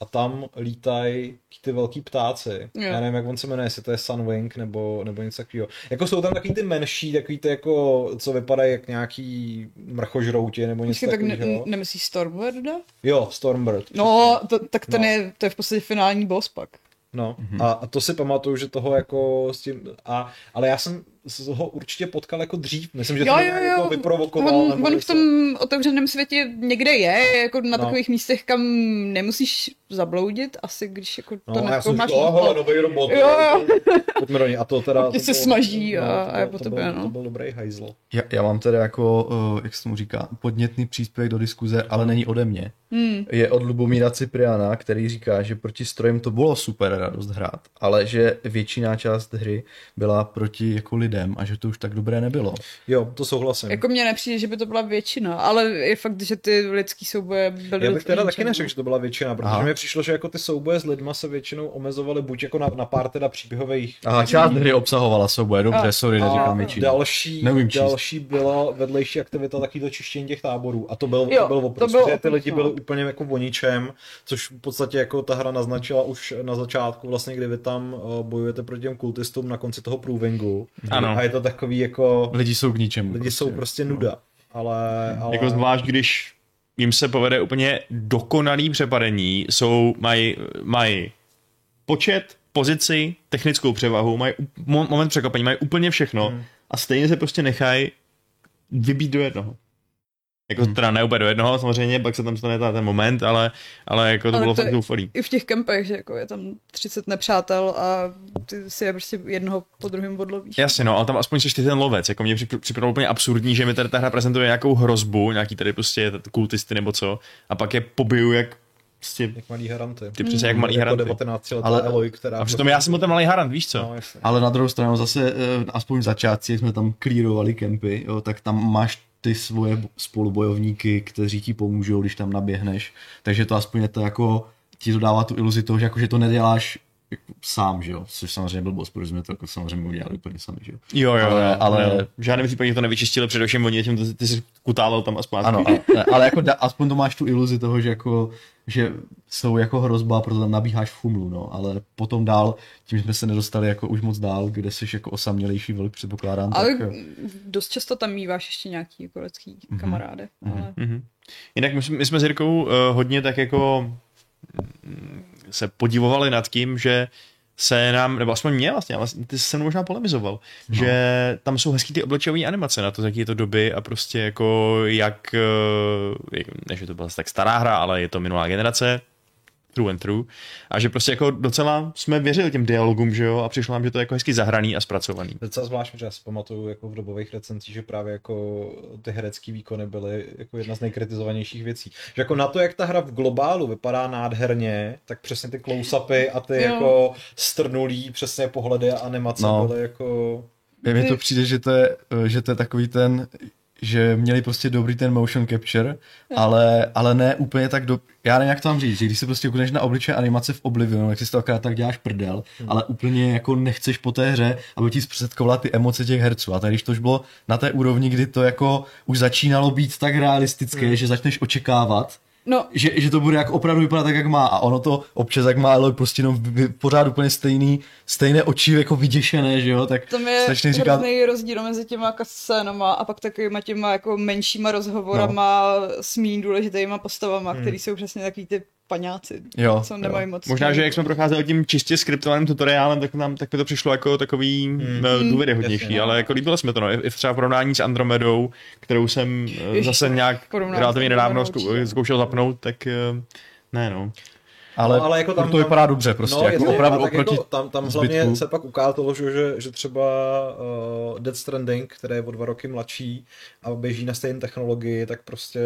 S2: a tam lítají ty velký ptáci.
S3: Jo.
S2: Já nevím, jak on se jmenuje, jestli to je Sunwing nebo, nebo něco takového. Jako jsou tam takový ty menší, takový ty jako, co vypadají jak nějaký mrchožrouti nebo něco
S3: Počkej, tak ne-
S2: takového.
S3: nemyslíš Stormwarda?
S2: Jo, Stormbird.
S3: No, to, tak ten
S2: No.
S3: je, to je v podstatě finální boss pak.
S2: No, mm-hmm. a, a to si pamatuju, že toho jako s tím, a, ale já jsem z- ho určitě potkal jako dřív, myslím, že
S3: Jo,
S2: to
S3: jo,
S2: mě
S3: jo.
S2: jako vyprovokoval.
S3: On,
S2: nebo
S3: on v
S2: něco.
S3: tom otevřeném světě někde je, jako na
S2: No.
S3: no. takových místech, kam nemusíš zabloudit, asi když jako to
S2: No, a já jsem
S3: nepoznáš.
S2: říkal, no, oho, nový robot. jako
S3: Jo, jo.
S2: Pojďme do něj. A
S3: *laughs*
S2: to teda...
S3: Ti
S2: to
S3: se
S2: bylo-
S3: smaží
S2: no,
S3: a-
S2: to
S3: a je
S2: bylo-
S3: po
S2: to
S3: tobě,
S2: bylo-
S3: no.
S2: To byl dobrý hajzl.
S4: Já, já mám tady jako, eh, jak se tomu říká, podnětný příspěvek do diskuze, ale není ode mě.
S3: Hmm.
S4: Je od Lubomíra Cipriana, který říká, že proti strojem to bylo super radost hrát, ale že většina část hry byla proti jako lidem a že to už tak dobré nebylo.
S2: Jo, to souhlasím.
S3: Jako mně nepřijde, že by to byla většina, ale je fakt, že ty lidský souboje byly...
S2: Já bych teda
S3: dost
S2: taky
S3: ničem.
S2: neřekl, že to byla většina, protože
S4: Aha.
S2: mi přišlo, že jako ty souboje s lidma se většinou omezovaly buď jako na, na pár teda příběhových
S4: Aha, část hry obsahovala souboje, dobře,
S3: A-
S4: sorry,
S2: A
S4: neříkám většinu.
S2: další,
S4: Neumím číst.
S2: další byla vedlejší aktivita takovýto čištění těch táborů. A to byl,
S3: Jo,
S2: to byl
S3: to
S2: opravdu,
S3: bylo
S2: že ty
S3: opravdu,
S2: lidi
S3: no.
S2: byli úplně jako o ničem, což v podstatě jako ta hra naznačila už na začátku, vlastně kdy vy tam eh, bojujete proti těm kultistům na konci toho průvingu.
S1: Ano. Mm,
S2: A je to takový jako,
S4: Lidi jsou k ničemu.
S2: lidi jsou prostě nuda. Ale, ale...
S1: Jako zvlášť, když jim se povede úplně dokonalý přepadení, jsou, mají, mají počet, pozici, technickou převahu, mají u- mo- moment překvapení, mají úplně všechno hmm. a stejně se prostě nechají vybít do jednoho. Jako hmm. teda ne úplně do jednoho, samozřejmě, pak se tam stane ta- ten moment, ale, ale jako to
S3: Ale
S1: bylo
S3: to
S1: fakt
S3: je-
S1: zoufalý.
S3: I v těch kempech, že jako je tam 30 nepřátel a ty si je prostě jednoho po druhém odlovíš.
S1: Jasně, no, ale tam aspoň jsi ty ten lovec. Jako mě přip- připadalo úplně absurdní, že mi tady ta hra prezentuje nějakou hrozbu, nějaký tady prostě t- kultisty nebo co, a pak je pobiju jak prostě,
S2: Jak malý haranty.
S1: ty přesně jak malý
S2: Jako
S1: haranty.
S2: 19 letá
S4: Ale-
S2: Eloy, která... prostě
S1: A přitom já jsem byl ten malý harant, víš
S2: No,
S1: co?
S2: jasně.
S4: Ale na druhou stranu zase, eh, aspoň v začátcích, jak jsme tam klírovali kempy, jo, tak tam máš ty svoje bo- spolubojovníky, kteří ti pomůžou, když tam naběhneš. Takže to aspoň je to jako, ti to dává tu iluzi toho, že, jako, že to neděláš jako sám, že jo, což samozřejmě byl boss, protože jsme to jako samozřejmě udělali úplně sami, že jo.
S1: Jo, jo,
S4: Ale-
S1: jo,
S4: ale-
S1: jo. V žádném případě to nevyčistili, především oni tím, ty, ty jsi kutálel tam aspoň.
S4: Ano, ale, *laughs* ale jako da, aspoň to máš tu iluzi toho, že jako, že jsou jako hrozba, proto tam nabíháš v chumlu, no, ale potom dál, tím jsme se nedostali jako už moc dál, kde jsi jako osamělejší vlk, předpokládám,
S3: Ale
S4: tak, eh, jo.
S3: dost často tam míváš ještě nějaký jako lidský
S2: Mhm.
S3: kamaráde. Ale...
S1: Mhm. Jinak my, jsme- my jsme s Jirkou uh, hodně tak jako mm, se podivovali nad tím, že se nám, nebo aspoň mě vlastně, ale ty jsi se mnou možná polemizoval, no. že tam jsou hezký ty oblečové animace na to, z jaký je to doby a prostě jako jak, eh, jak než je to byla tak stará hra, ale je to minulá generace, true and true, a že prostě jako docela jsme věřili těm dialogům, že jo, a přišlo nám, že to je jako hezky zahraný a zpracovaný.
S2: Docela zvláštní, že já si pamatuju jako v dobových recenzích, že právě jako ty herecké výkony byly jako jedna z nejkritizovanějších věcí. Že jako na to, jak ta hra v globálu vypadá nádherně, tak přesně ty close-upy a ty
S3: Jo.
S2: jako strnulí přesně pohledy a animace
S4: No.
S2: byly jako...
S4: Mně mně to
S3: Ty-
S4: přijde, že to, je, eh, že to je takový ten, že měli prostě dobrý ten motion capture, ale, ale ne úplně tak do... Já nevím, jak to mám říct, že když se prostě koukneš na obličej animace v Oblivionu, tak si z toho akorát tak děláš prdel, ale úplně jako nechceš po té hře, aby ti zprostředkovala ty emoce těch herců. A tady, když to už bylo na té úrovni, kdy to jako už začínalo být tak realistické, že začneš očekávat,
S3: No,
S4: že, že to bude jak opravdu vypadat tak, jak má. A ono to občas, jak má Eloy, prostě jenom vy- pořád úplně stejný, stejné oči jako vyděšené, že jo, tak
S3: tam je
S4: strašně
S3: hrozný
S4: říká,
S3: rozdíl mezi těma scénama a pak takovýma těma jako menšíma rozhovorama
S4: No.
S3: s méně důležitýma postavama,
S1: Hmm.
S3: který jsou přesně takový ty paňáci,
S4: Jo,
S3: co nemají moc.
S1: Možná, že jak jsme procházeli tím čistě skriptovaným tutoriálem, tak, nám, tak mi to přišlo jako takový mm. důvěryhodnější,
S2: Jasně, no.
S1: ale jako líbilo se mi to, no. I, i třeba v porovnání s Andromedou, kterou jsem eh,
S3: Ježiš,
S1: zase nějak
S3: porovnání s
S1: relativně nedávno
S3: Andromedou,
S1: zkou-
S3: určitě.
S1: zkoušel zapnout, tak eh, ne no.
S4: ale,
S2: No, ale jako tam-
S4: to vypadá dobře prostě, no,
S2: je
S4: jako
S2: to-
S4: opravdu
S2: tak
S4: oproti
S2: Jako, tam tam
S4: zbytku.
S2: hlavně se pak ukázalo, že, že- že třeba uh, Dead Stranding, které je o dva roky mladší a běží na stejné technologii, tak prostě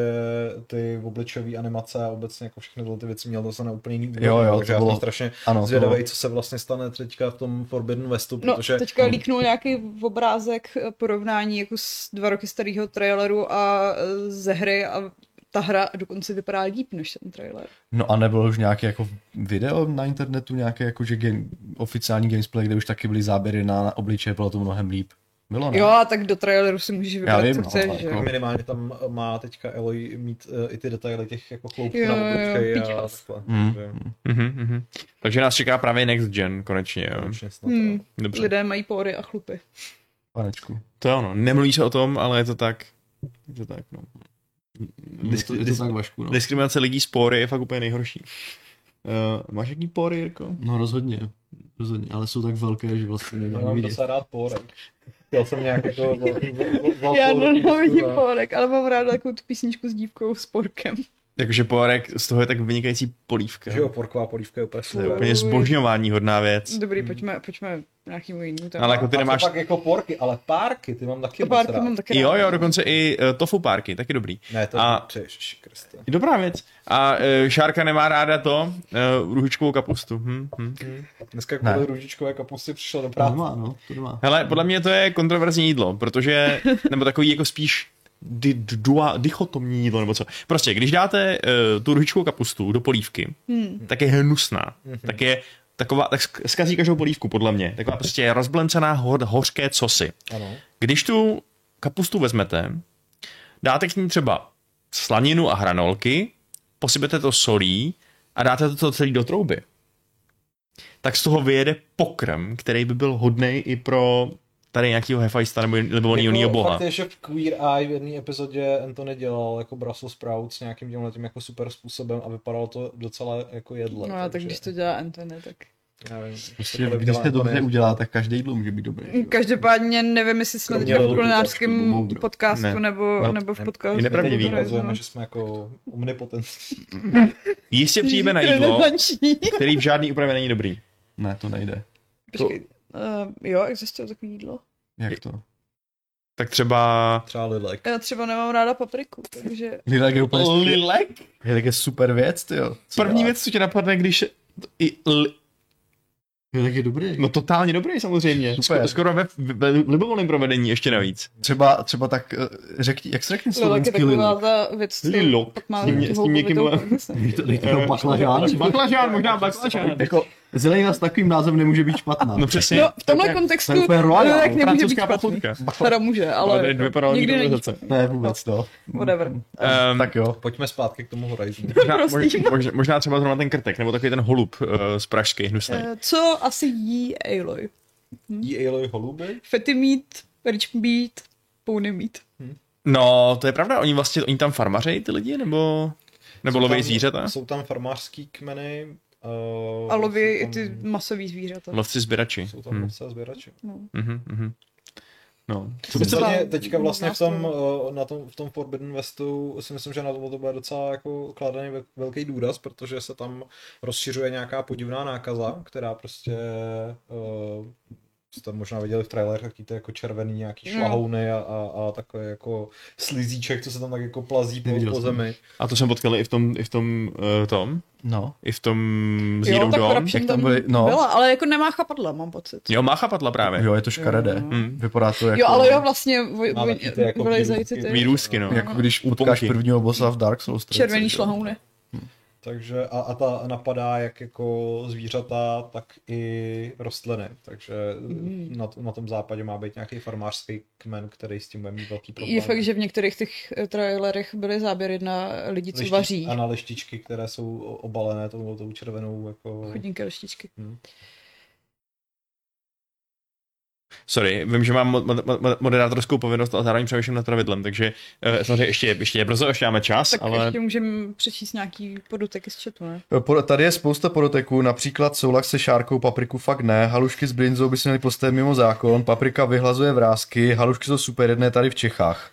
S2: ty obličové animace a obecně jako všechny tyhle ty věci mělo zase na úplně jiný úrovni,
S4: Jo, jo, to
S2: takže jako, já jsem
S4: bylo-
S2: strašně
S4: ano, to
S2: zvědavý,
S4: bylo-
S2: co se vlastně stane teďka v tom Forbidden Westu,
S3: No,
S2: protože
S3: teďka
S1: Hmm.
S3: líknul nějaký obrázek eh, porovnání jako z dva roky starého traileru a eh, ze hry a ta hra dokonce vypadá líp než ten trailer.
S4: No a nebylo už nějaké jako video na internetu, nějaké jako že game, oficiální gamesplay, kde už taky byly záběry na, na obličeje, bylo to mnohem líp. Bylo ne?
S3: Jo, a tak do traileru si můžeš vybrat,
S4: No. vím,
S3: co
S4: no,
S3: chceš,
S4: ale
S3: že?
S4: jako-
S3: jo.
S2: minimálně tam má teďka Eloy mít uh, i ty detaily těch jako kloubků
S3: Jo,
S2: na
S3: jo,
S2: obličeji a
S3: píčas.
S2: takhle.
S4: Mm.
S2: Takže
S1: Mhm, mhm. Takže nás čeká právě next gen konečně, jo.
S2: konečně snad,
S3: Hmm.
S2: jo.
S1: Dobře.
S3: Lidé mají pory a chlupy.
S4: Panečku.
S1: To je ono, nemluví se o tom, ale je to tak. Je to tak, no.
S4: Je to, je to tak vašku, no.
S1: Diskriminace lidí s pory je fakt úplně nejhorší. Uh, máš jaký pory, Jirko?
S4: No rozhodně, rozhodně, ale jsou tak velké, že vlastně
S2: Já
S4: nedá
S2: mám
S4: vidět.
S2: docela rád pórek. Chtěl jsem nějak jako... vel- vel- vel-
S3: Já
S2: velkou
S3: nenávidím
S1: no.
S2: ruku,
S3: porek, ale mám ráda takovou tu písničku s dívkou s porkem.
S1: Jakože porek, z toho je tak vynikající polívka.
S2: Že jo, porková polívka je úplně
S1: To je
S2: super.
S1: úplně zbožňování hodná věc.
S3: Dobrý, pojďme, pojďme nějakýmu jinému tématu.
S1: Mm-hmm. Ale jako ty
S2: A co
S1: nemáš...
S2: pak jako porky, ale párky, ty mám taky
S3: To
S2: moc
S3: párky
S2: rád.
S3: mám taky
S1: Jo,
S3: ráda.
S1: jo, dokonce i eh, tofu párky, taky dobrý.
S2: Ne, to
S1: A-
S2: a... je kriste.
S1: Dobrá věc. A eh, Šárka nemá ráda to, uh, růžičkovou kapustu. Hm, hm.
S2: Dneska
S4: Ne.
S2: kvůli růžičkové kapusty přišel do
S4: To
S2: práce.
S4: nemá, no, to nemá.
S1: Hele, podle mě to je kontroverzní jídlo, *laughs* protože, nebo takový jako spíš di, dua, dichotomní jídlo, nebo co. Prostě, když dáte uh, tu růžičkovou kapustu do polívky, hmm. tak je hnusná. Hmm. Tak je taková, tak sk- zkazí každou polívku, podle mě. Taková prostě rozblencená ho, hořké cosy.
S2: Ano.
S1: Když tu kapustu vezmete, dáte k ní třeba slaninu a hranolky, posypete to solí a dáte to celé do trouby. Tak z toho vyjede pokrm, který by byl hodnej i pro tady nějakého hefajsta nebo, nebo jako, boha.
S2: Fakt je, že v Queer Eye v jedné epizodě Anthony dělal jako Brussels Sprouts nějakým tímhle tím jako super způsobem a vypadalo to docela jako jedle.
S3: No a tak když to dělá Antony, tak...
S2: Nevím,
S4: Prostě, když se dobře udělá, tak každý jídlo může být dobrý. že jo.
S3: Každopádně nevím, jestli jsme
S2: Kromě
S3: teď v
S2: Lulu,
S4: trošku
S3: kulinářském
S4: moudro.
S3: podcastu
S1: Ne.
S3: nebo,
S1: No,
S3: nebo v
S2: ne.
S3: podcastu. no.
S1: Je nepravdivý.
S3: Nebo v
S2: Ukazujeme,
S3: podcastu.
S2: že jsme jako omnipotentní.
S1: Jistě přijde na
S3: *laughs*
S1: jídlo,
S3: Renesanční.
S1: který v žádný úpravě není dobrý.
S4: Ne, to nejde.
S3: Počkej, eh, jo, existuje takové jídlo.
S4: Jak to?
S1: Tak třeba
S2: Třeba Lilek.
S3: Já třeba nemám ráda papriku, takže...
S4: Lilek je úplně
S1: lilek?
S4: Lilek je super věc, ty jo. Co
S1: První
S4: dělá?
S1: věc, co tě napadne, když i li...
S4: Lilek je dobrý.
S1: No totálně dobrý samozřejmě.
S4: Super.
S1: Skoro- Skoro ve, ve libovolném provedení ještě navíc.
S4: Třeba, třeba tak, eh, řekni, jak se řekne
S3: Lilek je
S4: slovenský
S3: taková
S4: lilek?
S3: ta věc, co
S1: Lilok.
S3: pak má
S1: S tím-
S3: tu
S1: s tím někým
S3: houbovitou
S1: byla-
S3: konzistenci.
S4: Dej to- dej to do baklažánu.
S1: Baklažán, možná baklažán.
S4: Jako, zelenina s takovým názvem nemůže být špatná.
S1: No přesně.
S3: No, v tomhle
S4: To
S3: kontextu
S4: je úplně royal,
S3: Lilek nemůže být
S1: francouzská
S3: špatný.
S1: pochutka.
S3: Teda může, ale
S1: teď vypadalo
S3: nikdy není
S1: organizace.
S4: Ne, vůbec to.
S3: Whatever.
S1: Ehm,
S4: tak jo.
S2: Pojďme zpátky k tomu Horizonu.
S1: možná, mož- možná, možná třeba zrovna ten krtek, nebo takový ten holub uh, z Pražské hnusný.
S3: Eh, Co asi jí Aloy?
S2: Jí Aloy holuby?
S3: Fatty meat, rich meat, pony meat.
S1: No, to je pravda, oni vlastně, oni tam farmařejí ty lidi, nebo, nebo
S2: Jsou
S1: loví
S2: tam-
S1: zvířata?
S2: Jsou tam farmářský kmeny. Uh,
S3: A loví i
S2: jsou tam-
S3: ty masový zvířata.
S4: No.
S1: Lovci sběrači.
S2: Jsou tam
S1: Hmm.
S2: lovce a sběrači.
S1: mhm, mhm. No,
S3: Co
S1: by
S3: se
S2: Vlastně
S3: vám-
S2: teďka vlastně v tom,
S3: nás
S2: eh, na tom, v tom Forbidden Westu si myslím, že na to bude docela jako kladený ve- velký důraz, protože se tam rozšiřuje nějaká podivná nákaza, která prostě uh, jste možná viděli v trailerech, jaký to je jako červený nějaký
S3: Mm.
S2: šlahouny a, a, a takový jako slizíček, co se tam tak jako plazí po,
S4: Neviděl
S2: po
S4: jsem.
S2: zemi.
S1: a to jsem potkal i v tom, i v tom, uh, tom,
S4: No.
S1: i v tom Zero
S3: tak
S1: Dawn.
S3: Corruption
S4: jak tam byly- no.
S3: byla, ale jako nemá chapadla, mám pocit.
S1: Jo, má chapadla právě.
S4: Jo, je to škaredé.
S1: Mm.
S4: Vypadá to jako...
S3: Jo, ale jo, vlastně vy-
S2: Má
S3: vy-
S2: taky ty jako
S3: vylejzají ty
S2: výrůstky.
S3: ty
S1: Výrůstky, no.
S4: Jako když
S1: Úponky.
S4: potkáš prvního bossa v Dark Souls. 3,
S3: červený
S4: že jo.
S3: šlahouny.
S2: Takže a, a ta napadá jak jako zvířata, tak i rostliny. Takže
S3: Mhm.
S2: mm. na, t- na tom západě má být nějaký farmářský kmen, který s tím bude mít velký problém.
S3: Je fakt, že v některých těch eh, trailerech byly záběry na lidi, co
S2: Lišti-
S3: vaří.
S2: A na lištičky, které jsou o- obalené tou, tou červenou jako...
S3: Chodníky lištičky.
S1: Sorry, vím, že mám mod- mod- mod- moderátorskou povinnost, ale zároveň přemýšlím nad pravidlem, takže eh, samozřejmě ještě, ještě je brzo, ještě máme čas,
S3: Tak ale...
S1: ale
S3: ještě můžeme přečíst nějaký podoteky z chatu, ne?
S5: Pod- Tady je spousta podoteků, například soulak se šárkou, papriku fakt ne, halušky s brinzou by se měly postavit mimo zákon, paprika vyhlazuje vrázky, halušky jsou super jedné tady v Čechách.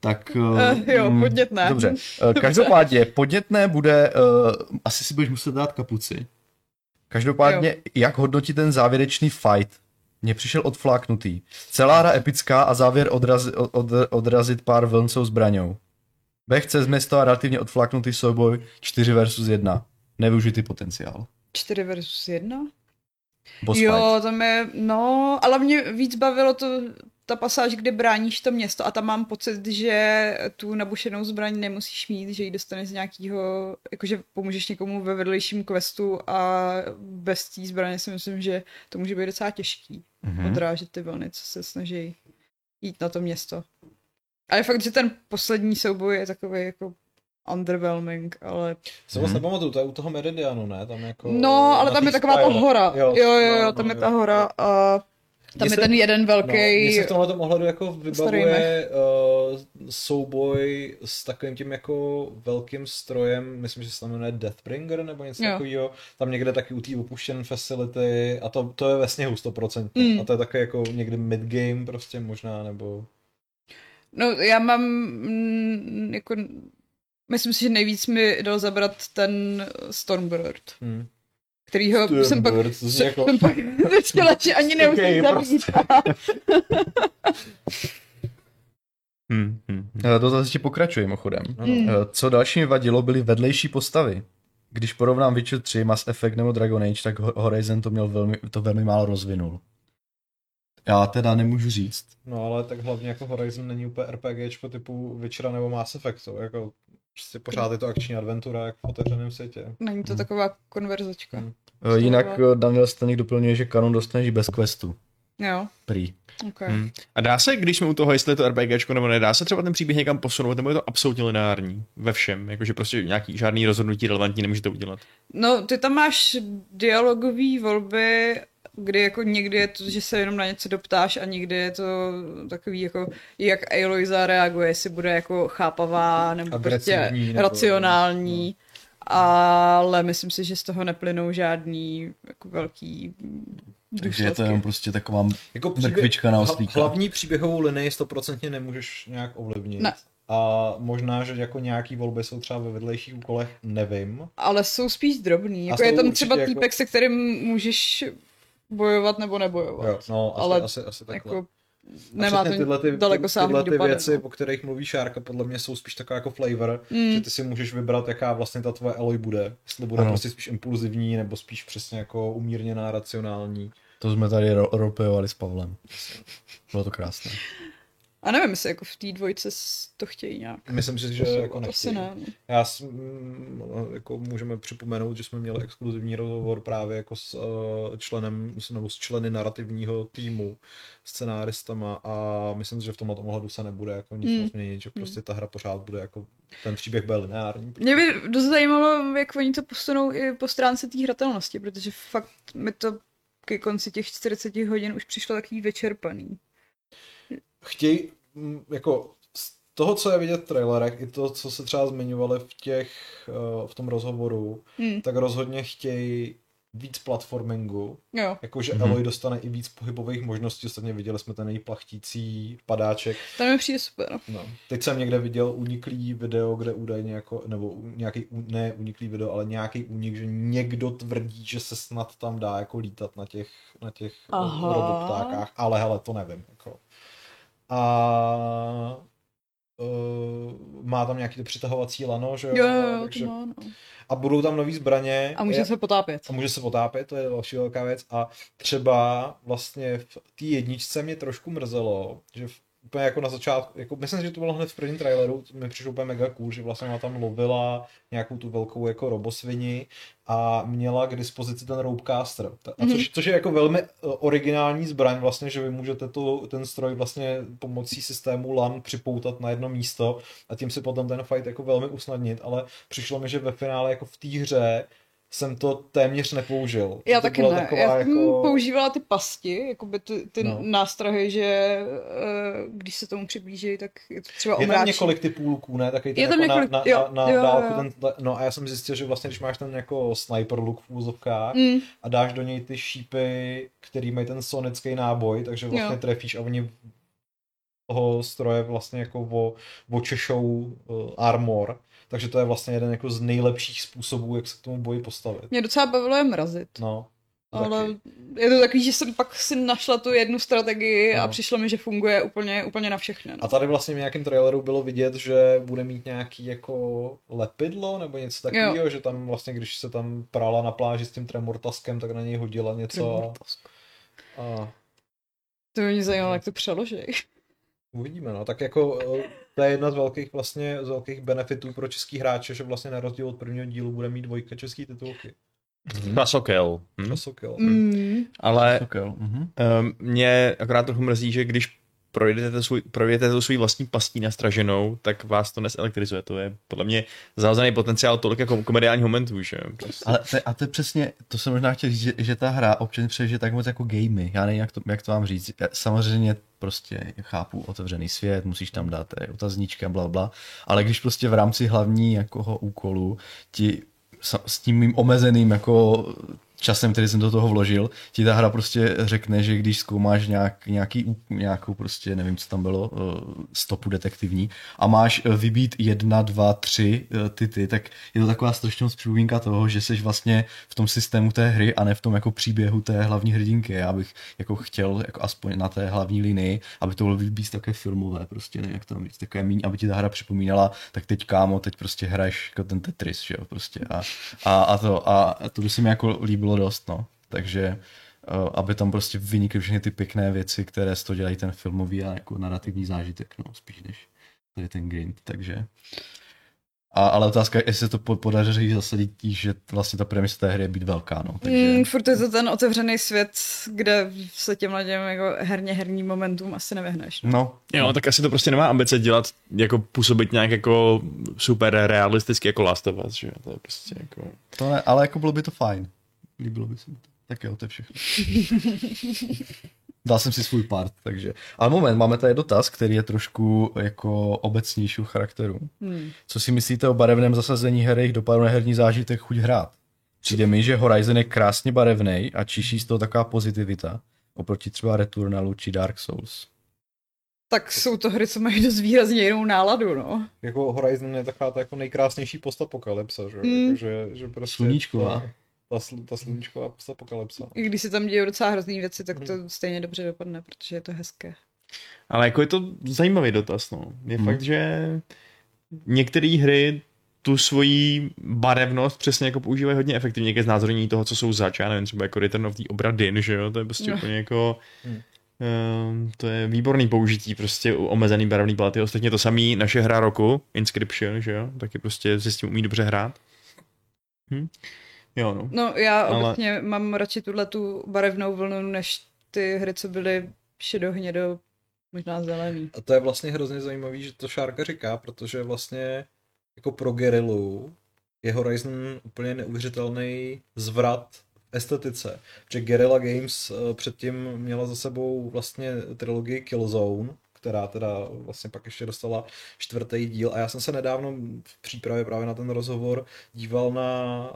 S4: Tak
S3: Uh, jo,
S5: Mm,
S3: podnětné.
S5: Dobře, Eh,
S3: *laughs*
S5: každopádně podnětné bude, eh,
S4: uh, asi si budeš muset dát kapuci.
S5: každopádně jak hodnotí ten závěrečný fight? Mně přišel odfláknutý. Celá hra epická a závěr odrazi, od, odrazit pár vln jsou zbraňou. Bechce z města a relativně odfláknutý souboj 4 versus 1. Nevyužitý potenciál.
S3: 4 versus 1?
S5: Boss
S3: jo,
S5: fight.
S3: tam je, no, ale mě víc bavilo to, ta pasáž, kde bráníš to město a tam mám pocit, že tu nabušenou zbraň nemusíš mít, že ji dostaneš z nějakého, jakože pomůžeš někomu ve vedlejším questu a bez té zbraně si myslím, že to může být docela těžký
S1: Mhm.
S3: mm-hmm.
S1: Hm,
S3: odrážet ty vlny, co se snaží jít na to město. A je fakt, že ten poslední souboj je takový jako underwhelming, ale
S2: Se moc nepamatuju, to je u toho Meridianu, ne? Tam jako...
S3: No, ale
S2: na
S3: tam
S2: té
S3: je taková ta
S2: spire.
S3: hora. Jo, jo, jo,
S2: no,
S3: tam
S2: no,
S3: je
S2: jo.
S3: ta hora a tam
S2: Mně
S3: je
S2: se-
S3: ten jeden
S2: No, mně
S3: velký.
S2: se v tomhle ohledu jako vybavuje uh, souboj s takovým tím jako velkým strojem, myslím, že se to jmenuje Deathbringer nebo něco
S3: Jo.
S2: takového, tam někde taky u té opuštěné facility a to, to je ve sněhu 100%.
S3: Mm.
S2: A to je také jako někdy mid-game prostě možná, nebo...
S3: No, já mám mm, jako Myslím si, že nejvíc mi dal zabrat ten Stormbird,
S2: Hm.
S3: kterýho jsem pak,
S2: Bird, to zní
S3: *laughs*
S2: jako... prostě.
S3: jsem pak zjistila, že
S2: *laughs*
S3: ani nemusím
S2: Okej,
S3: okay, zabít. *laughs*
S1: hm, hm, hm.
S5: Eh, Dotaz ještě pokračuje mimochodem.
S2: No, no.
S5: Eh, Co další mi vadilo, byly vedlejší postavy. Když porovnám Witcher 3, Mass Effect nebo Dragon Age, tak Ho- Horizon to měl velmi, to velmi málo rozvinul.
S4: Já teda nemůžu říct.
S2: no, ale tak hlavně jako Horizon není úplně RPGčko typu Witchera nebo Mass Effectu, jako prostě pořád je to akční adventura jak v otevřeném světě.
S3: Není to taková konverzačka.
S5: Eh, Jinak eh, Daniel Staněk doplňuje, že kanon dostaneš bez questu.
S3: Jo,
S5: Prý.
S3: okay.
S1: Hm. A dá se, když jsme u toho, jestli je to RPGčko nebo nedá se třeba ten příběh někam posunout, nebo je to absolutně lineární ve všem, jakože prostě nějaký žádný rozhodnutí relevantní nemůžete udělat.
S3: No, ty tam máš dialogové volby, kdy jako někdy je to, že se jenom na něco doptáš a někdy je to takový jako, jak Aloy zareaguje, jestli bude jako chápavá nebo prostě
S2: Agresivní nebo- no.
S3: racionální. Ale myslím si, že z toho neplynou žádný jako velký
S4: Takže je to
S3: důsledky.
S4: jenom prostě taková
S2: Jako
S4: mrkvička na
S2: hla-
S4: oslíka.
S2: Hlavní příběhovou linii stoprocentně nemůžeš nějak ovlivnit.
S3: Ne.
S2: A možná, že jako nějaký volby jsou třeba ve vedlejších úkolech, nevím.
S3: Ale jsou spíš drobný. Jako
S2: jsou
S3: je tam
S2: určitě
S3: třeba
S2: jako-
S3: týpek, se kterým můžeš bojovat nebo nebojovat.
S2: Jo, no, asi,
S3: Ale
S2: asi, asi takhle.
S3: Jako
S2: A
S3: nemá
S2: přesně
S3: to
S2: tyhle ty,
S3: daleko
S2: tyhle ty
S3: dopady. no.
S2: věci, o kterých mluví Šárka, podle mě jsou spíš taková jako flavor, mm. že ty si můžeš vybrat, jaká vlastně ta tvoje Eloy bude. Jestli bude ano.
S5: Ano.
S2: prostě spíš impulzivní, nebo spíš přesně jako umírněná, racionální.
S5: To jsme tady ro- roleplayovali s Pavlem. Bylo to krásné.
S3: A nevím, jestli jako v té dvojce s- to chtějí nějak.
S2: Myslím si, že jako
S3: Asi
S2: nechtějí.
S3: ne. no.
S2: Já s- mm, jako můžeme připomenout, že jsme měli exkluzivní rozhovor právě jako s eh, členem, nebo s členy narrativního týmu, scenáristama a myslím si, že v tomhle ohledu se nebude jako nic
S3: Hmm.
S2: moc měnit, že prostě ta hra pořád bude jako, ten příběh bude lineární.
S3: Mě by dost zajímalo, jak oni to posunou i po stránce té hratelnosti, protože fakt mi to ke konci těch 40 hodin už přišlo takový vyčerpaný.
S2: Chtějí, mm, jako z toho, co je vidět v trailerech, i to, co se třeba zmiňovali v těch, eh, v tom rozhovoru,
S3: Hmm.
S2: tak rozhodně chtějí víc platformingu,
S3: Jo,
S2: Jakože mm-hmm. Eloy dostane i víc pohybových možností, ostatně viděli jsme ten její plachtící padáček.
S3: tam mi přijde super. No.
S2: No. Teď jsem někde viděl uniklý video, kde údajně jako, nebo u- nějaký, u- ne uniklý video, ale nějaký únik, že někdo tvrdí, že se snad tam dá jako lítat na těch, na těch eh,
S3: Aha.
S2: roboptákách, ale hele, to nevím. Jako. A uh, má tam nějaký to přitahovací lano, že jo?
S3: Jo, jo, jo,
S2: takže,
S3: to má, no.
S2: a budou tam nový zbraně.
S3: A může
S2: Je-
S3: se potápět.
S2: a může se potápět, to je další velká věc. A třeba vlastně v té jedničce mě trošku mrzelo, že v úplně jako na začátku, jako myslím si, že to bylo hned v prvním traileru, to mi přišlo úplně mega cool, že vlastně ona tam lovila nějakou tu velkou jako robosvini a měla k dispozici ten ropecaster, Ta- a což, což je jako velmi eh, originální zbraň vlastně, že vy můžete tu, ten stroj vlastně pomocí systému LAN připoutat na jedno místo a tím si potom ten fight jako velmi usnadnit, ale přišlo mi, že ve finále jako v té hře jsem to téměř nepoužil.
S3: Já
S2: To
S3: taky
S2: byla
S3: ne.
S2: taková
S3: Já jsem jako... používala ty pasti, jako by ty, ty
S4: No.
S3: no. nástrahy, že eh, když se tomu přiblíží, tak je to třeba
S2: Je tam
S3: omráčí.
S2: několik typů luků, ne? Taky ten
S3: Je tam
S2: jako
S3: několik-
S2: na, na,
S3: jo,
S2: na, na
S3: jo, jo,
S2: dálku
S3: jo.
S2: ten, no a já jsem zjistil, že vlastně, když máš ten jako sniper luk v úzovkách
S3: Mm.
S2: a dáš do něj ty šípy, který mají ten sonický náboj, takže vlastně
S3: Jo.
S2: trefíš a oni toho stroje vlastně jako o, očešou uh, armor, takže to je vlastně jeden jako z nejlepších způsobů, jak se k tomu boji postavit.
S3: Mě docela bavilo je mrazit.
S2: No, to
S3: Ale
S2: taky.
S3: je to takový, že jsem pak si našla tu jednu strategii no. a
S2: No.
S3: přišlo mi, že funguje úplně, úplně na všechny. No.
S2: A tady vlastně v nějakém traileru bylo vidět, že bude mít nějaký jako lepidlo nebo něco takového, že tam vlastně, když se tam prala na pláži s tím tremortaskem, tak na něj hodila něco
S3: Tremortasku.
S2: a, a
S3: To by mě zajímalo, jak to přeloží.
S2: uvidíme. No. Tak jako eh, to je jedna z velkých vlastně z velkých benefitů pro český hráče, že vlastně na rozdíl od prvního dílu bude mít dvojka český titulky.
S1: Pasokel. Hm?
S2: Hmm. Sokel.
S3: Mm.
S1: Ale
S4: Tak jo, mhm.
S1: Ehm, mě akorát trochu mrzí, že když projdete tu svůj, projdete tu svůj vlastní pastí nastraženou, tak vás to neselektrizuje. To je podle mě zázaný potenciál tolik jako komediálních momentů, že?
S4: Ale to, je- a to je přesně, to jsem možná chtěl říct, že, že ta hra občas přežije tak moc jako gamey. Já nevím, jak to, jak to vám říct. Já Samozřejmě prostě chápu otevřený svět, musíš tam dát eh, otazníčky a bla, bla. Ale když prostě v rámci hlavní jakoho úkolu ti sa- s tím mým omezeným jako časem, který jsem do toho vložil, ti ta hra prostě řekne, že když zkoumáš nějak, nějaký, ú- nějakou prostě, nevím, co tam bylo, eh, stopu detektivní a máš eh, vybít jedna, dva, tři eh, ty ty, tak je to taková strašně moc připomínka toho, že jsi vlastně v tom systému té hry a ne v tom jako příběhu té hlavní hrdinky. Já bych jako chtěl jako aspoň na té hlavní linii, aby to bylo víc také filmové, prostě ne, jak tam víc takové míň, aby ti ta hra připomínala, tak teď kámo, teď prostě hraješ jako ten Tetris, že jo, prostě a, a, a to, a to by se mi jako líbilo dost, no, takže eh, aby tam prostě vynikly všechny ty pěkné věci, které z toho dělají ten filmový a jako narrativní zážitek, no, spíš než tady ten grind, takže a, ale otázka je, jestli se to po- podaří zasadit tí, že vlastně ta premisa té hry je být velká, no. Takže...
S3: Mm, furt je to ten otevřený svět, kde se těm lidem jako herně herním momentům asi nevyhneš.
S4: No,
S1: Jo, tak asi to prostě nemá ambice dělat, jako působit nějak jako super realisticky jako Last of Us, že? To je prostě jako...
S4: to ne, ale jako bylo by to fajn. Líbilo by se mi to. Tak jo, to je všechno. Dal jsem si svůj part, takže. Ale moment, máme tady dotaz, který je trošku jako obecnějšího charakteru.
S3: Hmm.
S5: Co si myslíte o barevném zasazení her, jejich dopadu na herní zážitek, chuť hrát? Přijde mi, že Horizon je krásně barevný a čiší z toho taková pozitivita oproti třeba Returnalu či Dark Souls.
S3: Tak jsou to hry, co mají dost výrazně jinou náladu, no.
S2: Jako Horizon je taková ta jako nejkrásnější postapokalypsa, že?
S3: Mm.
S2: Mm. Jako, že, že prostě
S4: Sluníčková.
S2: Ta, ta, slu- ta sluníčková postapokalypsa.
S3: I když se tam dějí docela hrozný věci, tak to stejně dobře dopadne, protože je to hezké.
S1: Ale jako je to zajímavý dotaz, no. Je hmm. fakt, že některé hry tu svoji barevnost přesně jako používají hodně efektivně ke znázornění toho, co jsou zač. Já nevím, třeba jako Return of the Obra Dinn, že jo? To je prostě
S3: No.
S1: úplně jako...
S2: Hmm.
S1: Um, to je výborný použití, prostě u- omezený barevný palety. Ostatně to samý naše hra roku, Inscription, že jo? Taky prostě se s tím umí dobře hrát. Hm? Jo, no.
S3: No já
S1: Ale-
S3: Ale... obecně mám radši tuhle tu barevnou vlnu, než ty hry, co byly šedohnědo, možná zelený.
S2: A to je vlastně hrozně zajímavý, že to Šárka říká, protože vlastně jako pro Gerilu je Horizon úplně neuvěřitelný zvrat v estetice. Protože Guerrilla Games eh, předtím měla za sebou vlastně trilogii Killzone, která teda vlastně pak ještě dostala čtvrtý díl a já jsem se nedávno v přípravě právě na ten rozhovor díval na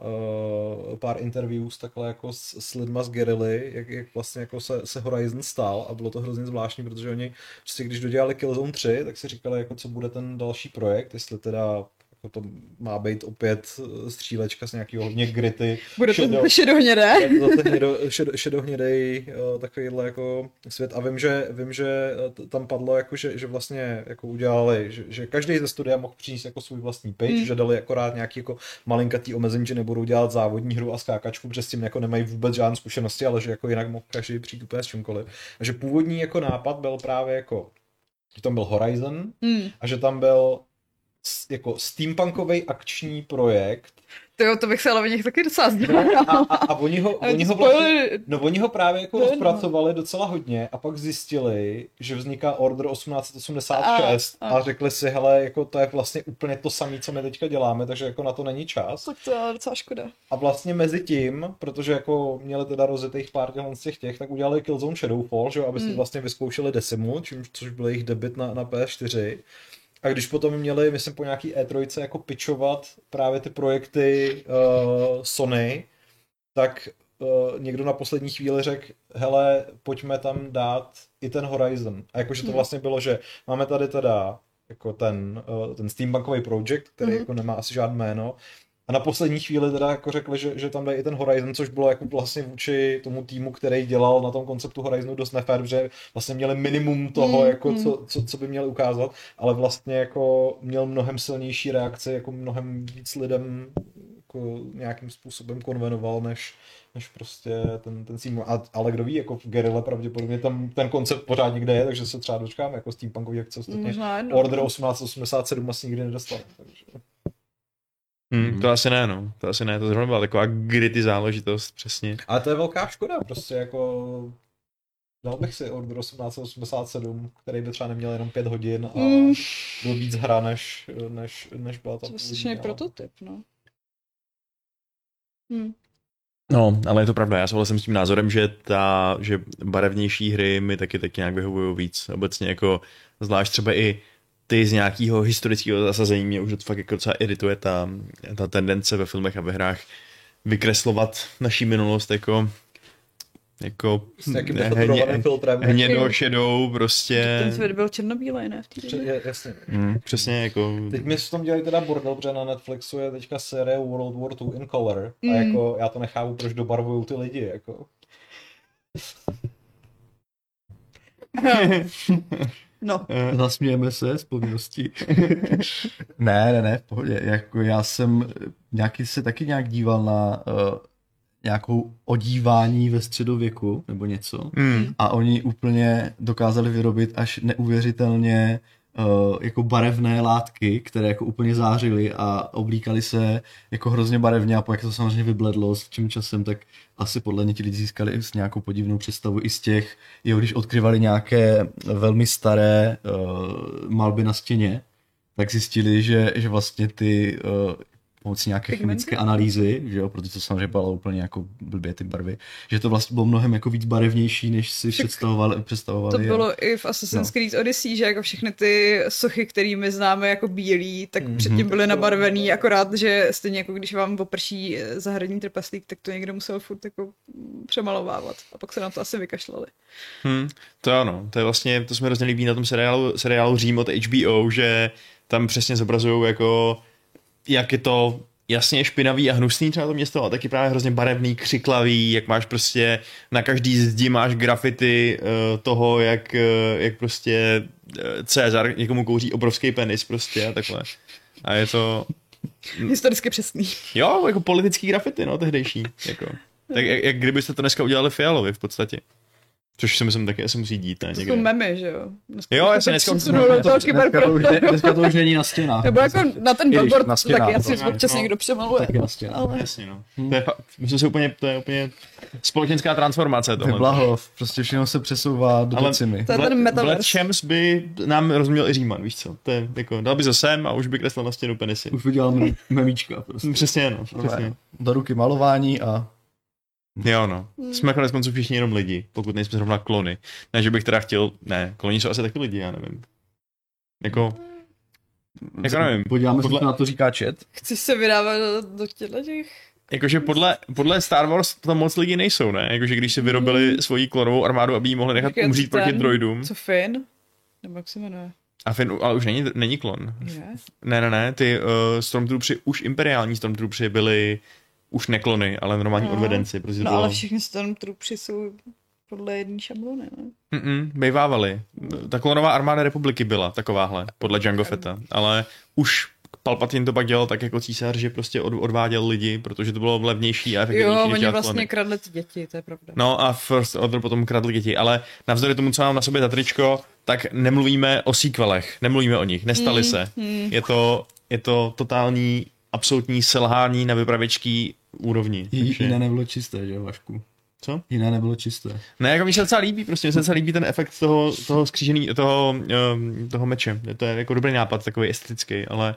S2: uh, pár interviews takhle jako s, s lidma z Guerrily, jak, jak vlastně jako se, se Horizon stál a bylo to hrozně zvláštní, protože oni prostě když dodělali Killzone 3, tak si říkali jako co bude ten další projekt, jestli teda jako to má být opět eh, střílečka z nějakého hodně gritty.
S3: Bude
S2: shadow-
S3: to šedohnědé?
S2: zase hnědo, šedo, šedohnědej eh, takovýhle jako svět. A vím, že, vím, že eh, t- tam padlo, jako, že, že vlastně jako udělali, že, že každý ze studia mohl přinést jako svůj vlastní page,
S3: Mm.
S2: že dali akorát nějaký jako malinkatý omezení, že nebudou dělat závodní hru a skákačku, protože s tím jako nemají vůbec žádné zkušenosti, ale že jako jinak mohl každý přijít úplně s čímkoliv. A že původní jako nápad byl právě jako že tam byl Horizon
S3: Hmm.
S2: a že tam byl s- jako steampunkový akční projekt
S3: To jo, to bych se ale o nich taky docela zdělala.
S2: *laughs* a, a, a
S3: *laughs*
S2: oni ho, oni ho vlastně, no oni ho právě jako
S3: Ne, no.
S2: rozpracovali docela hodně a pak zjistili, že vzniká Order 1886 a,
S3: A,
S2: a.
S3: a.
S2: a řekli si, hele, jako to je vlastně úplně to samé, co my teďka děláme, takže jako na to není čas.
S3: Tak to je docela škoda.
S2: A vlastně mezi tím, protože jako měli teda rozjetých pár těchhle z těch těch, tak udělali Killzone Shadowfall, že jo, aby si
S3: Mm.
S2: vlastně vyzkoušeli Decimu, čím, což byl jejich debit na, na PS4. A když potom měli, myslím, po nějaký E3 jako pičovat právě ty projekty uh, Sony, tak uh, někdo na poslední chvíli řekl, hele, pojďme tam dát i ten Horizon. A jakože to
S3: Mm.
S2: vlastně bylo, že máme tady teda jako ten, uh, ten Steampunkový projekt, který
S3: Mhm.
S2: jako nemá asi žádné jméno, a na poslední chvíli teda jako řekli, že, že tam dají i ten Horizon, což bylo jako vlastně vůči tomu týmu, který dělal na tom konceptu Horizonu dost nefér, že vlastně měli minimum toho,
S3: Mm,
S2: mm, jako
S3: mm.
S2: Co, co, co, by měli ukázat, ale vlastně jako měl mnohem silnější reakce, jako mnohem víc lidem jako nějakým způsobem konvenoval, než, než prostě ten, ten Steam. A, ale kdo ví, jako v Guerrilla pravděpodobně tam ten koncept pořád někde je, takže se třeba dočkáme, jako Steampunkový akce ostatně.
S3: Možná jednou.
S2: Order 1887 asi nikdy nedostal. Takže.
S1: Hmm, to asi ne, no. To asi ne, to zrovna byla taková gritty záležitost, přesně.
S2: Ale to je velká škoda, prostě jako... Dal bych si Order 1887, který by třeba neměl jenom pět hodin a
S3: Mm.
S2: byl víc hra, než, než, než byla ta
S3: To je
S2: původní,
S3: strašný
S2: ale-
S3: prototyp, no. Hm.
S1: No, ale je to pravda, já souhlasím s tím názorem, že ta, že barevnější hry mi taky tak nějak vyhovují víc. Obecně jako, zvlášť třeba i ty z nějakého historického zasazení mě už fakt jako docela irituje ta, ta tendence ve filmech a ve hrách vykreslovat naší minulost jako jako
S2: S nějakým
S1: ne-
S2: desaturovaným
S1: hně-
S2: filtrem.
S1: hnědou, šedou, prostě.
S3: Ten svět byl černobílej, ne? V té době.
S2: *laughs* Je- Jasně.
S1: Mm, přesně jako...
S2: Teď mi v tom dělají teda bordel, protože na Netflixu je teďka série World War II in Color a
S3: Mm.
S2: jako já to nechápu, proč dobarvujou ty lidi, jako.
S3: No,
S4: Zasmějeme se z povinnosti.
S5: Ne, ne,
S4: *laughs* Ne, v pohodě. Jako já jsem eh, nějaký se taky nějak díval na uh, nějakou odívání ve středověku nebo něco.
S1: Mm.
S4: A oni úplně dokázali vyrobit až neuvěřitelně uh, jako barevné látky, které jako úplně zářily a oblíkali se jako hrozně barevně a pak jak to samozřejmě vybledlo s tím časem, tak asi podle mě ti lidi získali i s nějakou podivnou představu i z těch, jo, když odkryvali nějaké velmi staré uh, malby na stěně, tak zjistili, že, že vlastně ty uh, pomocí nějaké
S3: Pigmenty?
S4: chemické analýzy, že jo, protože to samozřejmě bylo úplně jako blbě ty barvy, že to vlastně bylo mnohem jako víc barevnější, než si
S3: Však
S4: představovali, představovali.
S3: to
S4: a-
S3: bylo i v Assassin's
S4: No.
S3: Creed Odyssey, že jako všechny ty sochy, které my známe jako bílý, tak
S2: Mhm.
S3: předtím byly
S2: Tak to-
S3: nabarvený, akorát, že stejně jako když vám poprší eh, zahradní trpaslík, tak to někdo musel furt jako mm, přemalovávat. A pak se nám to asi vykašlali.
S1: Hmm, to ano, to je vlastně, to jsme hrozně líbí na tom seriálu, seriálu Řím od HBO, že tam přesně zobrazují jako, jak je to jasně špinavý a hnusný třeba to město, ale taky právě hrozně barevný, křiklavý, jak máš prostě, na každý zdi máš grafity eh, toho, jak, eh, jak prostě eh, Cezar někomu kouří obrovský penis prostě a takhle. A je to, Mm.
S3: Historicky přesný.
S1: jo, jako politický grafity, no, tehdejší, jako. Tak jak, jak kdybyste to dneska udělali Fialovi v podstatě. Což si myslím taky asi musí dít, ne?
S3: To
S1: někde.
S3: jsou memy, že jo? Dneska
S1: Jo,
S3: to
S1: já jsem
S3: teď
S1: dneska-
S3: přesunul do toho
S4: Dneska to, už ne,
S3: kyberprostoru.
S4: dneska to *laughs* už není na stěnách.
S3: Nebo jako na ten
S5: když,
S3: billboard,
S5: na stěnách,
S3: tak asi
S1: to ne,
S3: občas
S1: no.
S3: někdo přemaluje.
S4: Taky na stěnách.
S3: Ale
S1: Jasně, no. To je, fakt- myslím si úplně, to je úplně společenská transformace tohle.
S4: Vlahov, prostě všechno se přesouvá do
S1: Ale-
S4: cimy.
S3: to je ten metaverse.
S1: Čems by nám rozuměl i Říman, víš co? To je, jako, dal by se sem a už by kreslil na stěnu penisy.
S4: Už udělal mem- memíčka prostě.
S1: Přesně, no. Přesně.
S5: do ruky malování a
S1: Jo, no. Jsme konec konců všichni jenom lidi, pokud nejsme zrovna klony. Ne, že bych teda chtěl, ne, kloni jsou asi taky lidi, já nevím. Jako, jako nevím.
S4: Podíváme
S1: Podle-
S4: se, co na to říká chat.
S3: Chci se vydávat do- do těchto těch...
S1: Jakože podle, podle Star Wars tam moc lidi nejsou, ne? Jakože když si vyrobili svoji klonovou armádu, aby ji mohli nechat
S3: Jak je
S1: umřít proti
S3: Mm. ten,
S1: droidům.
S3: Co Finn? Nebo jak se jmenuje?
S1: A Finn, ale už není, není klon.
S3: Je?
S1: Ne, ne, ne, ty uh, Stormtroopři, už imperiální Stormtroopři byli už neklony, ale normální
S3: No.
S1: odvedenci, protože
S3: No
S1: bylo...
S3: ale všichni Stormtroopři jsou podle jedné šablony, ne?
S1: Mm-mm, bývávali. Ta klonová armáda republiky byla takováhle, podle Django Feta, ale už Palpatine to pak dělal tak jako císař, že prostě od, odváděl lidi, protože to bylo levnější a efektivnější,
S3: Jo,
S1: než
S3: oni
S1: dělat
S3: vlastně
S1: klony.
S3: kradli ty děti, to je pravda.
S1: No a First Order potom kradl děti, ale navzdory tomu, co mám na sobě za tričko, tak nemluvíme o sequelech, nemluvíme o nich, nestali se. Je to, je to totální absolutní selhání na vypravečký úrovni.
S4: Jí-
S1: Takže-
S4: Jiné nebylo čisté, že jo, Vašku?
S1: Co?
S4: Jiné nebylo čisté.
S1: Ne, jako mi se docela líbí, prostě mi se docela líbí ten efekt toho, toho skřížený, toho, ehm, toho meče. To je jako dobrý nápad, takový estetický, ale,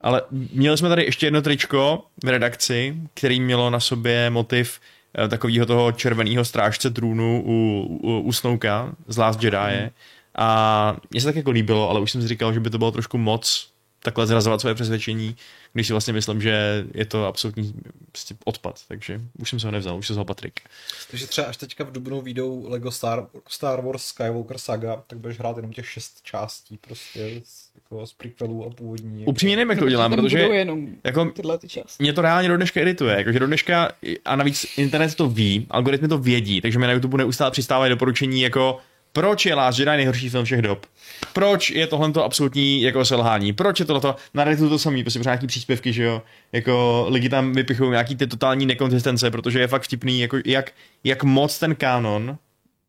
S1: ale měli jsme tady ještě jedno tričko v redakci, který mělo na sobě motiv eh, takového toho červeného strážce trůnu u, u, u Snouka z Last Jedi. A mně se tak jako líbilo, ale už jsem si říkal, že by to bylo trošku moc takhle zrazovat své přesvědčení, když si vlastně myslím, že je to absolutní prostě odpad, takže už jsem se ho nevzal, už se vzal Patrik.
S2: Takže třeba až teďka v Dubnu vyjdou Lego Star, Star Wars Skywalker Saga, tak budeš hrát jenom těch šest částí prostě z, jako z prequelů a původní. jako-
S1: Upřímně nevím, jak to udělám,
S3: No, Tam budou
S1: protože
S3: jenom
S1: jako
S3: tyhle ty části.
S1: mě to reálně do dneška irituje, jakože do dneška, a navíc internet to ví, algoritmy to vědí, takže mi na YouTube neustále přistávají doporučení jako proč je Last Jedi nejhorší film všech dob? Proč je tohle to absolutní jako selhání? Proč je tohleto? Na Redditu to samý, prostě pořád nějaký příspěvky, že jo? Jako lidi tam vypichují nějaký ty totální nekonzistence, protože je fakt vtipný, jako jak, jak moc ten kanon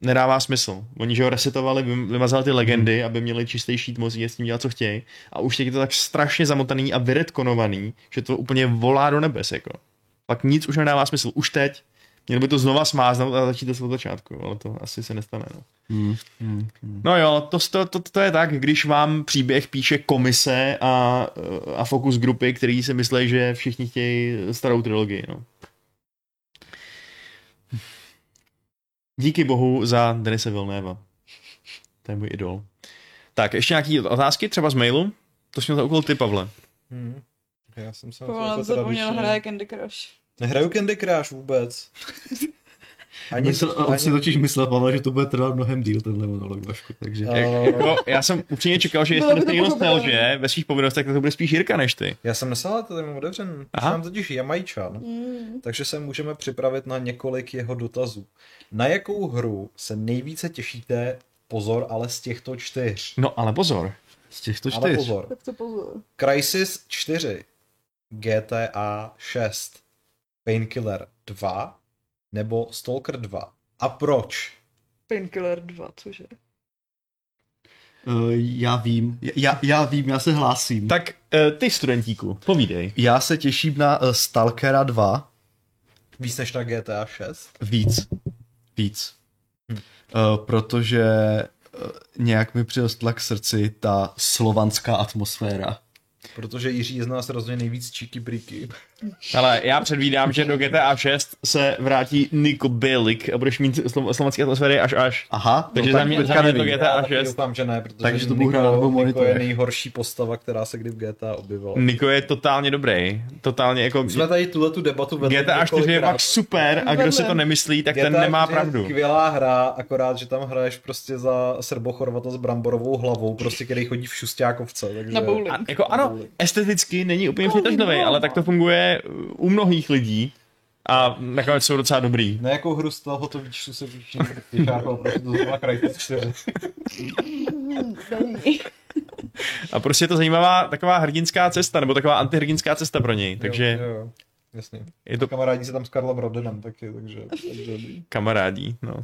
S1: nedává smysl. Oni, že ho resetovali, vym- vymazali ty legendy, aby měli čistý šít mozí, a s tím dělat, co chtějí. A už teď je to tak strašně zamotaný a vyretkonovaný, že to úplně volá do nebes, jako. Pak nic už nedává smysl, už teď. Měli by to znova smáznout a začít to od začátku, ale to asi se nestane, no. No jo, to, to, to, to je tak, když vám příběh píše komise a, a fokus grupy, který si myslí, že všichni chtějí starou trilogii, no. Díky bohu za Denise Vilnéva. To je můj idol. Tak, ještě nějaký otázky třeba z mailu? To jsme měl za úkol ty, Pavle.
S2: Hmm. Já jsem se na to
S3: Povolám,
S2: jako teda
S3: zapomněl
S2: když-
S3: hraje Candy Crush.
S2: Nehraju Candy Crush *laughs* vůbec. Ani,
S4: Myslel, on si totiž myslel, Pavel, že to bude trvat mnohem díl, tenhle monolog, Vašku, takže...
S2: Eh,
S1: Jako, já jsem upřímně čekal, že jestli
S3: Bylo by to
S1: jste nostalgie
S3: pochopitelné.
S1: ve svých povinnostech, tak to bude spíš Jirka než ty.
S2: Já jsem nesala, to mám otevřen.
S1: Aha.
S2: Aha. Jsem totiž Jamajčan,
S3: Hmm,
S2: takže se můžeme připravit na několik jeho dotazů. Na jakou hru se nejvíce těšíte, pozor, ale z těchto čtyř?
S1: No ale pozor.
S4: Z těchto
S2: Ale
S4: čtyř.
S2: pozor.
S3: Tak to pozor.
S2: Crisis 4, GTA 6, Painkiller 2 nebo Stalker 2. A proč?
S3: Painkiller 2, cože?
S4: Eh, já vím, já, já vím, já se hlásím.
S1: Tak eh, ty studentíku, povídej.
S5: Já se těším na eh, Stalkera 2
S2: Víc než na GTA 6?
S5: víc. Víc.
S1: Hm.
S5: Eh, Protože eh, nějak mi přirostla k srdci ta slovanská atmosféra.
S2: Protože Jiří je z nás rozhodně nejvíc číky briky.
S1: Ale já předvídám, že do GTA 6 se vrátí Niko Belik a budeš mít slo- slovenské atmosféry až až.
S5: Aha,
S1: Takže
S5: no,
S1: za mě,
S5: teďka
S1: za mě to
S5: nevím.
S1: GTA
S2: taky
S1: 6.
S2: doufám, že ne, protože
S4: Takže to budu
S2: Niko-
S4: hrát na dvou
S2: Niko je
S4: monitorech.
S2: nejhorší postava, která se kdy v GTA objevila.
S1: Niko je totálně dobrý. Totálně jako...
S2: Jsme tady tuhle tu debatu vedli
S1: GTA 4 je
S2: několikrát.
S1: fakt super a kdo si to nemyslí, tak ten
S2: GTA
S1: nemá
S2: 4 je
S1: pravdu.
S2: Skvělá hra, akorát, že tam hraješ prostě za srbochorvata s bramborovou hlavou, prostě který chodí v šustákovce. Takže...
S3: Na bowling.
S1: A, jako ano, esteticky není
S2: No,
S1: úplně přitažlivý, ale tak to funguje u mnohých lidí a nakonec jsou docela dobrý.
S2: Na jakou jako hru z toho to výčtu se výčtu protože jako prostě to zrovna Crysis *laughs* 4.
S1: A prostě je to zajímavá taková hrdinská cesta, nebo taková antihrdinská cesta pro něj, takže
S2: Jo, jo, jo. Jasně.
S1: je to
S2: Kamarádi se tam s Karlem Rodenem taky, takže... takže...
S1: kamarádí, no.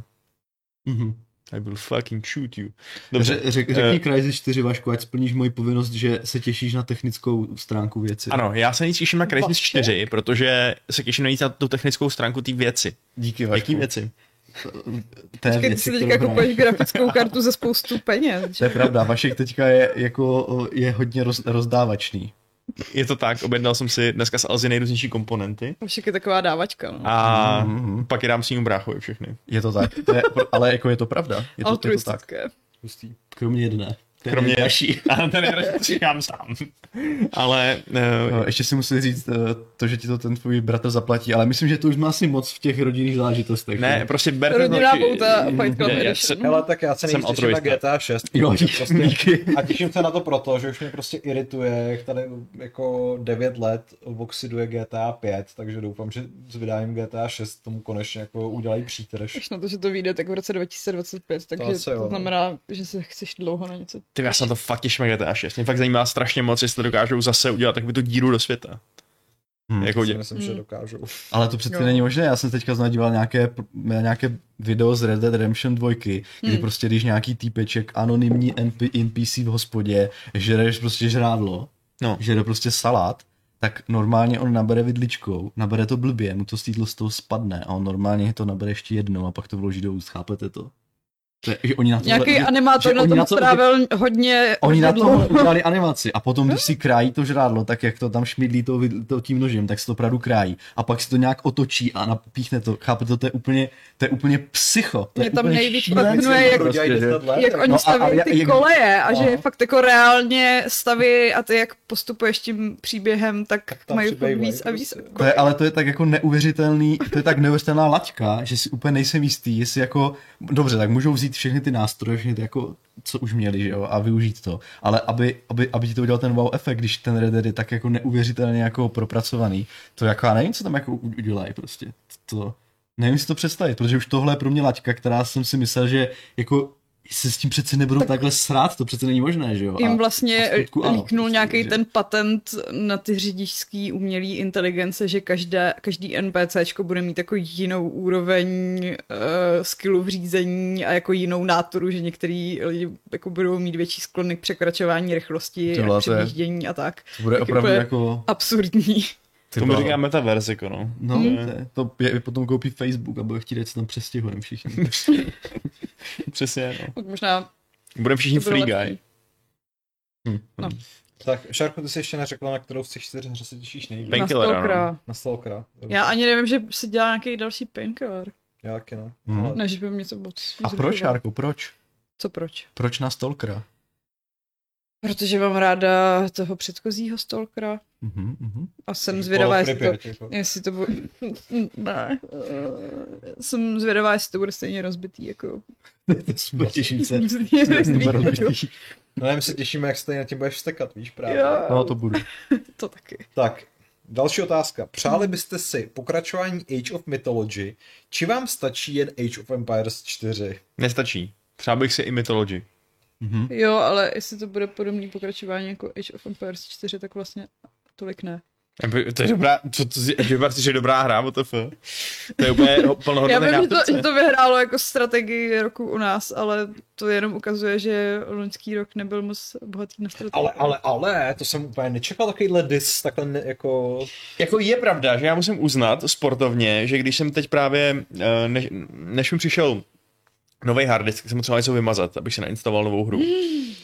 S4: Mhm.
S1: I will fucking shoot you. Dobře, Eh,
S4: Ře, řek, řekni Crysis 4, Vašku, ať splníš moji povinnost, že se těšíš na technickou stránku věci.
S1: ano, já se nejvíc těším na Crysis 4, protože se těším nejvíc na tu technickou stránku té věci.
S4: Díky, Eh,
S1: Jaký věci?
S4: Té
S3: Když
S4: věci,
S3: si
S4: kterou
S3: teďka jako
S4: hraješ.
S3: kupuješ grafickou kartu za spoustu peněz,
S4: To
S3: že?
S4: je pravda, Vašek teďka je, jako, o, je hodně roz, rozdávačný.
S1: Je to tak, objednal jsem si dneska z Alzy nejrůznější komponenty
S3: Však je taková dávačka, no.
S1: a
S4: Mhm.
S1: pak je dám svým bráchovi všechny.
S5: Je to tak. To je, ale jako je to pravda. Je to, je to tak.
S3: Altruistické.
S2: Hustý.
S4: Kromě jedné. Ten
S1: Kromě *laughs*
S4: je-
S1: naší. A ten je říkám sám. Ale
S5: No,
S1: uh,
S5: ještě
S4: Ještě si musím říct eh, to, že ti to ten tvůj bratr zaplatí, ale myslím, že to už má asi moc v těch rodinných záležitostech.
S1: ne,
S4: že?
S1: prostě berte to.
S3: Rodinná
S1: či-
S3: pouta Fight Club
S1: Ne, já
S3: Edition.
S1: se-
S2: Hele, tak já se
S1: Jsem
S2: nejvíc těším na
S1: altruista.
S2: GTA 6.
S4: Jo,
S2: protože prostě-
S4: díky.
S2: A těším se na to proto, že už mě prostě irituje, jak tady jako 9 let oxiduje GTA 5, takže doufám, že s vydáním GTA 6 tomu konečně jako udělají přítrž.
S3: Už na to, že to vyjde tak v roce 2025, takže
S2: asi
S3: to,
S2: jo.
S3: znamená, že se chceš dlouho na něco.
S1: Ty, já se na to fakt těším na GTA 6. Mě fakt zajímá strašně moc, jestli dokážou zase udělat takovou tu díru do světa. Hmm. Jako
S2: si
S1: dě...
S2: myslím, že dokážou.
S3: No,
S4: Ale to přece
S3: Jo.
S4: není možné. Já jsem teďka znovu díval nějaké, na nějaké video z Red Dead Redemption 2, kdy prostě když nějaký týpeček, anonymní NP, NPC v hospodě, žere prostě žrádlo,
S1: No.
S4: žere prostě salát, tak normálně on nabere vidličkou, nabere to blbě, mu to stýdlo z toho spadne a on normálně to nabere ještě jednou a pak to vloží do úst, chápete to? to je, že oni na to,
S3: Nějaký
S4: že,
S3: animátor
S4: že
S3: na
S4: oni
S3: tom
S4: na to-
S3: strávil hodně
S4: Oni na
S3: dlouho. Hmm.
S4: to udělali animaci a potom, když si krájí to žrádlo, tak jak to tam šmidlí to, vid- to tím nožem, tak se to opravdu krájí. A pak se to nějak otočí a napíchne to. Chápete, to, to je úplně, to je úplně psycho. To je
S3: Mě tam
S4: úplně
S3: nejvíc
S4: šílené,
S3: fascinuje,
S4: co
S3: jak-
S4: to prostě, že-
S3: jak oni
S4: No a- a
S3: staví
S4: jak-
S3: ty
S4: jak-
S3: koleje a že
S4: no.
S3: je fakt jako reálně staví a ty jak postupuješ tím příběhem, tak,
S2: Tak tam
S3: mají fakt
S2: přibývají
S3: víc a víc.
S2: prostě.
S4: to je, ale to je tak jako neuvěřitelný, to je tak neuvěřitelná laťka, že si úplně nejsem jistý, jestli jako, dobře, tak můžou vzít všechny ty nástroje, všechny ty jako, co už měli, že jo, a využít to. Ale aby, aby, aby ti to udělal ten wow efekt, když ten Red Dead je tak jako neuvěřitelně jako propracovaný, to jako, já nevím, co tam jako u- udělají prostě. To, nevím si to představit, protože už tohle je pro mě laťka, která jsem si myslel, že jako se s tím přece nebudou tak... takhle srát, to přece není možné, že jo.
S3: Jim
S4: No a
S3: vlastně
S4: v skutku ano,
S3: líknul
S4: prostě,
S3: nějaký
S4: že-
S3: ten patent na ty řidičský umělý inteligence, že každé, každý NPCčko bude mít jako jinou úroveň uh, skillu v řízení a jako jinou nátoru, že některý lidi jako budou mít větší sklony k překračování rychlosti
S5: Tohle to
S3: a
S5: je-
S3: předjíždění a tak.
S4: to bude
S3: Tak
S4: opravdu
S3: úplně
S4: jako...
S3: Absurdní. *laughs*
S1: Tomu říká metaverse, jako no. *laughs*
S4: No, to, je, to je, potom koupí Facebook a bude chtít, ať se tam přestěhujeme *laughs* všichni.
S1: Přesně, no.
S3: Možná
S1: Budeme všichni
S3: to bylo
S1: free
S3: lepší.
S1: guy.
S4: Hm.
S2: Tak, Šárko, ty jsi ještě neřekla, na kterou z těch čtyř hře se těšíš nejvíc.
S1: Pain-
S3: Na
S1: Painkiller,
S3: stalkera.
S2: Na Stalkera. Dobře.
S3: Já ani nevím, že se dělá nějaký další painkiller.
S2: Já taky ne.
S4: Mhm.
S2: no. Ale
S3: Ne, že by mě to moc...
S4: A proč, Jarko, proč?
S3: Co proč?
S4: Proč na Stalkera?
S3: Protože mám ráda toho předchozího stalkera
S4: Mhm, mhm.
S3: a jsem
S2: Call
S3: zvědavá,
S2: of
S3: jestli to,
S2: Pripyat, jako.
S3: jestli to bude... *laughs* ne. eh, Jsem zvědavá, jestli to bude stejně rozbitý, jako...
S4: to je super, těším
S3: *laughs*
S4: se.
S3: Stejně rozbitý,
S4: Super *laughs*
S3: jako.
S4: rozbitý.
S2: No ne, my se těšíme, jak se tady na tím budeš vstekat, víš právě.
S3: Jo,
S4: No, to budu.
S3: to taky.
S2: Tak, další otázka. Přáli byste si pokračování Age of Mythology, či vám stačí jen Age of Empires 4?
S1: Nestačí. Třeba bych si i Mythology.
S4: Mhm.
S3: Jo, ale jestli to bude podobný pokračování jako Age of Empires 4, tak vlastně tolik ne.
S1: Aby- To je dobrá, co to je, že je dobrá hra, WTF. No, To je
S3: *laughs*
S1: úplně ho-
S3: Já
S1: plnohodnotný
S3: vím, že to,
S1: nástupce.
S3: že to vyhrálo jako strategii roku u nás, ale to jenom ukazuje, že loňský rok nebyl moc bohatý na strategii.
S2: Ale, ale, ale, to jsem úplně nečekal takovýhle dis, takhle ne, jako...
S1: Jako je pravda, že já musím uznat sportovně, že když jsem teď právě, eh, než, než mi přišel nový hard disk, tak jsem potřeboval něco vymazat, abych si nainstaloval novou hru.
S3: Hmm.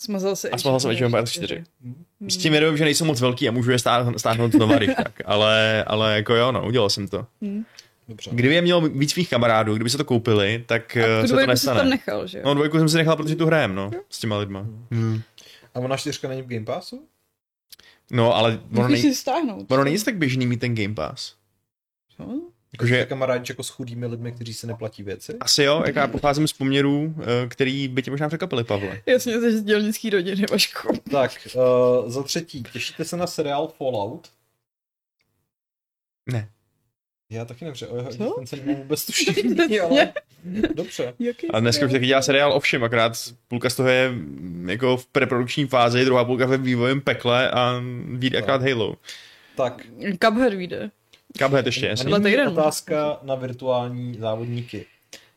S3: Smazal se
S1: A smazal se Age of Empires 4.
S3: Hmm.
S1: S tím vědomím, že nejsou moc velký a můžu je stáhnout, stáhnout znova, když
S3: *laughs*
S1: tak. Ale, ale jako jo, no, udělal jsem to.
S3: Hmm.
S2: Dobře.
S1: Kdyby je mělo víc svých kamarádů, kdyby se to koupili, tak eh,
S3: A tu
S1: se to
S3: dvojku jsi tam Hmm.
S1: nestane.
S3: nechal, že jo?
S1: No dvojku jsem si nechal, protože tu hrajem, no, s těma lidma.
S2: A ona čtyřka není v Game Passu?
S1: No, ale ono
S3: Můžeš *laughs*
S1: není,
S3: si stáhnout.
S1: ono není tak běžný mít ten Game Pass.
S3: No,
S1: Jakože
S2: Že... Kamarádi jako s chudými lidmi, kteří se neplatí věci?
S1: asi jo, jak já pocházím z poměrů, eh, který by tě možná překvapili, Pavle.
S3: Jasně, jsi z dělnický rodiny, Vašku.
S2: Tak, uh, za třetí, těšíte se na seriál Fallout?
S1: Ne.
S2: Já taky nevře, o jeho
S3: Co?
S2: existenci nemám vůbec
S3: Přesně. *laughs*
S2: tušení, ale dobře.
S3: Jaký
S1: A dneska už
S3: seriál?
S1: taky dělá seriál o všem, akorát půlka z toho je mm, jako v preprodukční fázi, druhá půlka ve vývojem pekle a vyjde akorát Halo.
S2: Tak,
S3: Cuphead vyjde.
S1: Cuphead ještě, jasně.
S2: a
S3: Ale to jeden
S2: nyní otázka na virtuální závodníky.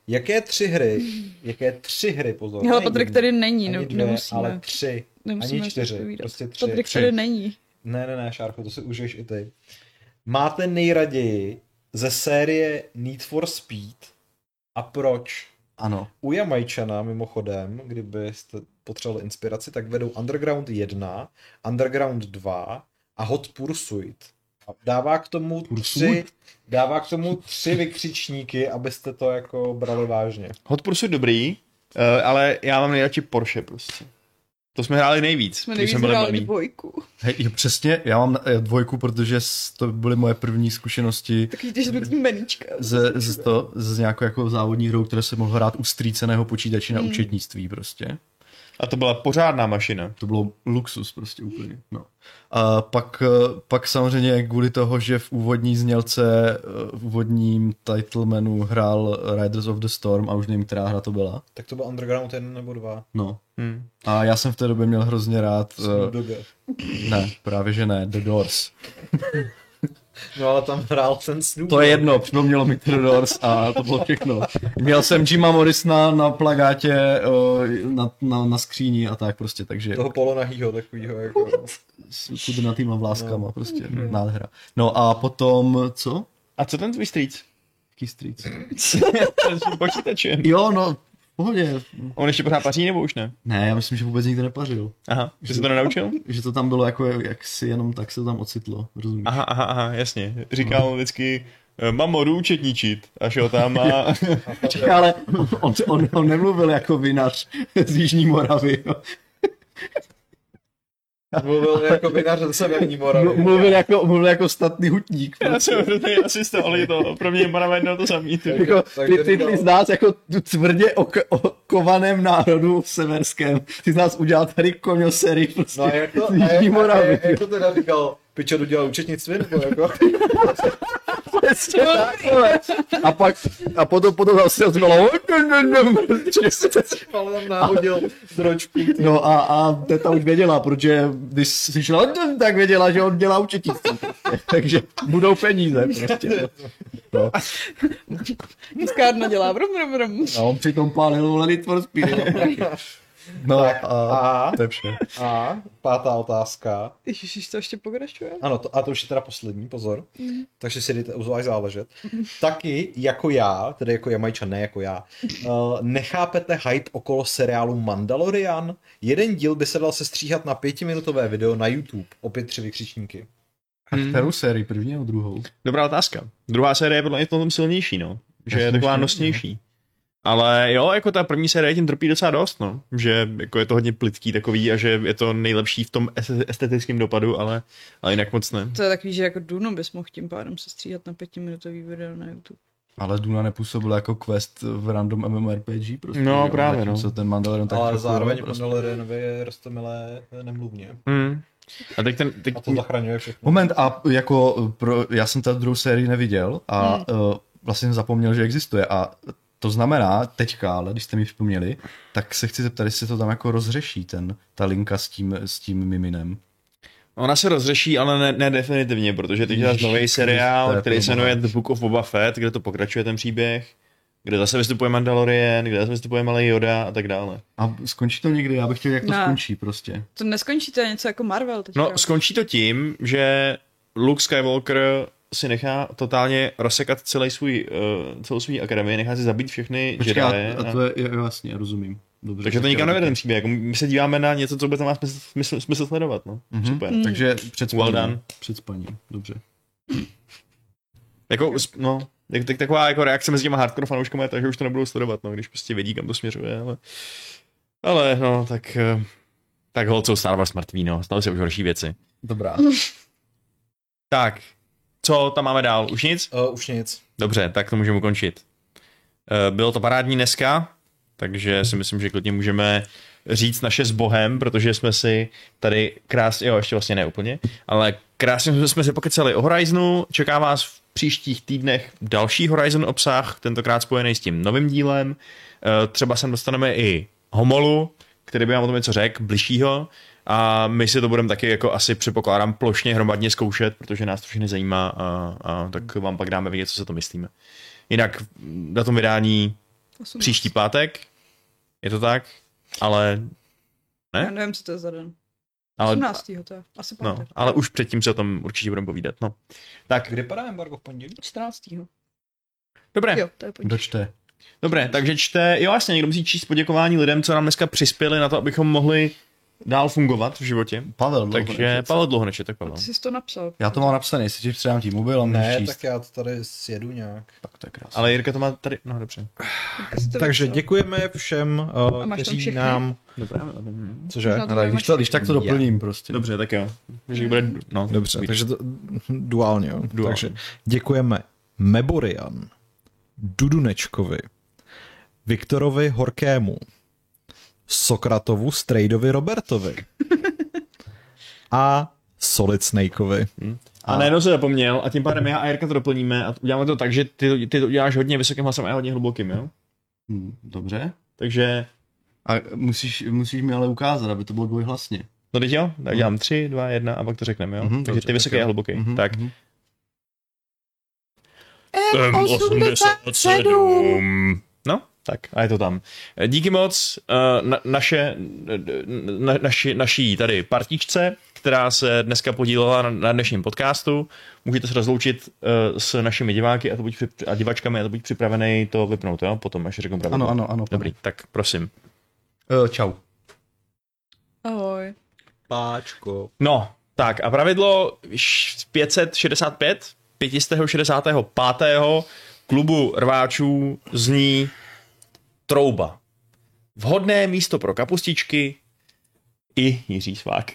S2: Jaké tři hry, jaké tři hry, pozor,
S3: Hele,
S2: ne
S3: Patrik
S2: jedna,
S3: tady není, ne,
S2: ani dvě, ale
S3: nemusíme.
S2: tři,
S3: Nemusíme
S2: ani
S3: si
S2: čtyři,
S3: odpovídat.
S2: prostě tři.
S3: Patrik
S2: tři.
S3: tady není.
S2: Ne, ne, ne, Šárko, to si užiješ i ty. Máte nejraději ze série Need for Speed a proč?
S4: Ano.
S2: U Jamajčana mimochodem, kdybyste potřebovali inspiraci, tak vedou Underground 1, Underground 2 a Hot Pursuit. A dává k tomu tři,
S4: Pursuit?
S2: dává k tomu tři vykřičníky, abyste to jako brali vážně.
S1: Hot Pursuit dobrý, eh, ale já mám nejradši Porsche prostě. To jsme hráli nejvíc,
S3: Jsme
S1: když
S3: nejvíc
S1: jsme byli
S3: hráli
S1: malí.
S3: dvojku.
S4: Hej, jo, přesně, já mám eh, dvojku, protože s- to byly moje první zkušenosti
S3: Tak jdeš
S1: *laughs*
S3: do tím meníčka.
S4: z, z, to, z nějakou jako závodní hrou, které se mohl hrát u strýceného počítače na účetnictví prostě.
S1: A to byla pořádná mašina.
S4: To bylo luxus prostě úplně. No. A pak, eh, pak samozřejmě kvůli toho, že v úvodní znělce, eh, v úvodním title menu hrál Riders of the Storm a už nevím, která hra to byla.
S2: Tak to byl Underground 1 nebo 2.
S4: No.
S1: Hmm.
S4: A já jsem v té době měl hrozně rád,
S2: V
S4: eh,
S2: době.
S4: ne, právě že ne, The Doors.
S2: No ale tam hrál ten Snoop.
S4: To je jedno, připomnělo mi Theodore Doors a to bylo všechno. Měl jsem Jima Morrisona na plagátě, eh, na, na, na skříni a tak prostě, takže
S2: Toho polonahýho takovýho jako. no.
S4: kudy na týma vláskama, prostě nádhera. No a potom, co?
S1: A co ten tvůj
S3: *laughs*
S1: strýc? *laughs*
S4: Key Street.
S1: S počítačem.
S4: Jo, no, v pohodě.
S1: On ještě pořád paří nebo už ne?
S4: Ne, já myslím, že vůbec nikdo nepařil.
S1: Aha, že se to nenaučil?
S4: Že to tam bylo jako, jak si jenom tak se to tam ocitlo, rozumíš?
S1: Aha, aha, aha, jasně. Říkal on vždycky, "E, mamo, jdu účetničit. A šel tam *laughs* a...
S4: Čekaj, ale on, on, on nemluvil jako vinař z Jižní Moravy, jo.
S2: Mluvil jako vinař ze Severní
S4: Mlu-
S2: Moravy.
S4: Mluvil jako, mlivil jako statný hutník.
S1: Já jsem hrozný asista, ale je to pro mě Morava jedno to samý. ty.
S4: Jako,
S2: takže
S4: ty, ty, ty
S2: říkal-
S4: z nás jako tu tvrdě ok- okovaném národu severském, ty z nás udělal tady koňosery prostě
S2: No a jak to,
S4: z
S2: a jak,
S4: Jižní
S2: a
S4: Moravy.
S2: jak, jak to teda říkal, piče jdu dělat účetnictví, nebo jako?
S4: Přesně tak, vole. A pak, a potom, potom zase ozvalo.
S2: Ale tam náhodil dročky.
S4: No a, a teta už věděla, protože když si šla, tak věděla, že on dělá učetnictví. *laughs* Takže budou peníze prostě. No.
S3: Tiskárna dělá brum, brum, brum.
S4: A on přitom pálil vole Need for Speed. No
S2: Tak
S4: a,
S2: a,
S4: to je vše.
S2: a pátá otázka.
S3: Ježiš, to ještě pokračuje?
S2: Ano, to, a to už je teda poslední, pozor. Takže si jdete uzváš záležet. Taky jako já, tedy jako Jamajčan, ne jako já, uh, nechápete hype okolo seriálu Mandalorian? Jeden díl by se dal sestříhat na pětiminutové video na YouTube. Opět tři vykřičníky.
S1: Hmm.
S4: Kterou sérii, první nebo druhou?
S1: Dobrá otázka. Druhá série je podle mě v tom silnější, no. Že
S4: Já
S1: je
S4: si
S1: taková
S4: myslím,
S1: nosnější. Ale jo, jako ta první série tím trpí docela dost, no. Že jako je to hodně plitký takový a že je to nejlepší v tom es- estetickém dopadu, ale, ale jinak moc ne.
S3: To je takový, že jako Dunu bys mohl tím pádem se stříhat na pětiminutový video na YouTube.
S4: Ale Duna nepůsobila jako quest v random MMORPG prostě.
S1: No,
S4: jo,
S1: právě,
S4: zatímco
S1: no.
S4: ten Mandalorian tak prostě-
S2: Ale
S4: trochu,
S2: zároveň
S4: jo,
S2: Mandalorianovi je rostomilé eh, nemluvně.
S1: Mm. A teď ten, teď,
S2: A to zachraňuje všechno.
S4: Moment, a jako pro, já jsem ta druhou sérii neviděl a hmm. uh, vlastně jsem zapomněl, že existuje a to znamená, teďka, ale když jste mi připomněli, tak se chci zeptat, jestli to tam jako rozřeší ten, ta linka s tím, s tím miminem.
S1: Ona se rozřeší, ale ne, ne definitivně, protože teď děláš
S4: Ježiši
S1: nový seriál,
S4: Kriste,
S1: který se
S4: proboha.
S1: jmenuje The Book of Boba Fett, kde to pokračuje ten příběh, kde zase vystupuje Mandalorian, kde zase vystupuje malý Yoda a tak dále.
S4: A skončí to někdy? Já bych chtěl, jak to
S3: Ne.
S4: skončí prostě.
S3: To neskončí, to je něco jako Marvel teď.
S1: No, skončí to tím, že Luke Skywalker si nechá totálně rozsekat celý svůj, eh, celou svou akademii, nechá si zabít všechny
S4: Počkej,
S1: Jedi.
S4: a,
S1: A
S4: a to je, je vlastně, rozumím. Dobře,
S1: Takže to
S4: tak
S1: nikam
S4: jo,
S1: nevede ten příběh. Jako my se díváme na něco, co vůbec nemá smysl, smysl, smysl sledovat. No.
S4: Mhm.
S1: Super.
S4: tak- Takže před
S1: Well
S4: spaním.
S1: done.
S4: před spaním, dobře.
S1: Jako, s- no, tak, tak, taková jako reakce mezi těma hardcore fanouškama je ta, že už to nebudou sledovat, no, když prostě vědí, kam to směřuje, ale... Ale, no, tak... eh, Tak hol, jsou Star Wars mrtví, no, staly se už horší věci.
S5: Dobrá.
S1: *laughs* Tak, co tam máme dál? Už nic?
S2: Uh, už nic.
S1: Dobře, tak to můžeme ukončit. Eh, Bylo to parádní dneska, takže si myslím, že klidně můžeme říct naše s Bohem, protože jsme si tady krásně, jo, ještě vlastně ne úplně, ale krásně jsme- jsme si pokecali o Horizonu, čeká vás v příštích týdnech další Horizon obsah, tentokrát spojený s tím novým dílem, Eh, třeba sem dostaneme i Homolu, který by nám o tom něco řekl, bližšího, a my si to budeme taky jako asi předpokládám plošně hromadně zkoušet, protože nás to všechny zajímá a, a tak vám pak dáme vědět, co se to myslíme. Jinak mm, na tom vydání
S3: Osmnáct.
S1: příští pátek, je to tak, ale, ne?
S3: Já nevím, co to je za den.
S1: ale,
S3: 18. to je. Asi
S1: no,
S3: pátek.
S1: ale už předtím se o tom určitě budeme povídat. No. Tak,
S2: Kdy padá embargo v pondělí?
S3: 14.
S1: dobré.
S3: Jo, to je pondělí.
S4: Dočte.
S1: Dobré, takže čte, jo jasně, někdo musí číst poděkování lidem, co nám dneska přispěli na to, abychom mohli dál fungovat v životě.
S4: Pavel, dlouho
S1: Takže
S4: nečet.
S1: Pavel Dlouhoneč je tak Pavel.
S3: Ty jsi to napsal.
S4: Já to mám napsané, jestli ti předám ti mobil a můžeš
S2: Ne,
S4: číst.
S2: tak já to tady sjedu nějak.
S4: tak to je krásné.
S1: Ale Jirka to má tady, no dobře.
S3: Tak jsi to
S2: Takže
S3: napsal.
S2: děkujeme všem,
S3: A
S2: uh,
S3: máš tam
S2: kteří
S3: všechny?
S2: nám...
S1: Dobré,
S2: Cože?
S3: No, to
S4: Ale
S3: bude
S4: když
S3: moc
S4: to, když tak to
S2: Já.
S4: doplním prostě.
S1: dobře, tak jo. Že bude, no,
S2: Dobře,
S1: víš.
S2: takže to, duálně, jo.
S1: Duálně.
S2: Takže děkujeme Meborian, Dudunečkovi, Viktorovi Horkému, Sokratovu
S3: *laughs*
S2: Strejdovi Robertovi a Solid Snakeovi.
S1: A najednou se zapomněl a tím pádem já a Jirka to doplníme a uděláme to tak, že ty, ty to uděláš hodně vysokým hlasem a já hodně hlubokým, jo?
S4: Hm, Dobře.
S1: Takže,
S4: A musíš, musíš mi ale ukázat, aby to bylo dvojhlasně.
S1: no teď jo, tak dělám tři, dva, jedna a pak to řekneme, jo?
S4: Mhm,
S1: Takže
S4: dobře,
S1: ty
S4: tak
S1: vysoký
S4: jo.
S1: a hluboký.
S4: Mhm,
S1: Tak,
S4: mhm.
S3: Eh,
S1: Eh, M87. No, tak a je to tam. Díky moc eh, na, naše, na, naši, naší tady partičce, která se dneska podílela na, na dnešním podcastu. Můžete se rozloučit eh, s našimi diváky a, to buď, přip- a divačkami a to buď připravený to vypnout, jo? Potom, až řeknu pravdu.
S4: Ano, ano, ano.
S1: Dobrý, tak prosím.
S5: Eh, Čau.
S3: Ahoj.
S2: Páčko.
S1: No, tak a pravidlo š- 565, 565. klubu rváčů zní trouba. Vhodné místo pro kapustičky i Jiří Svák.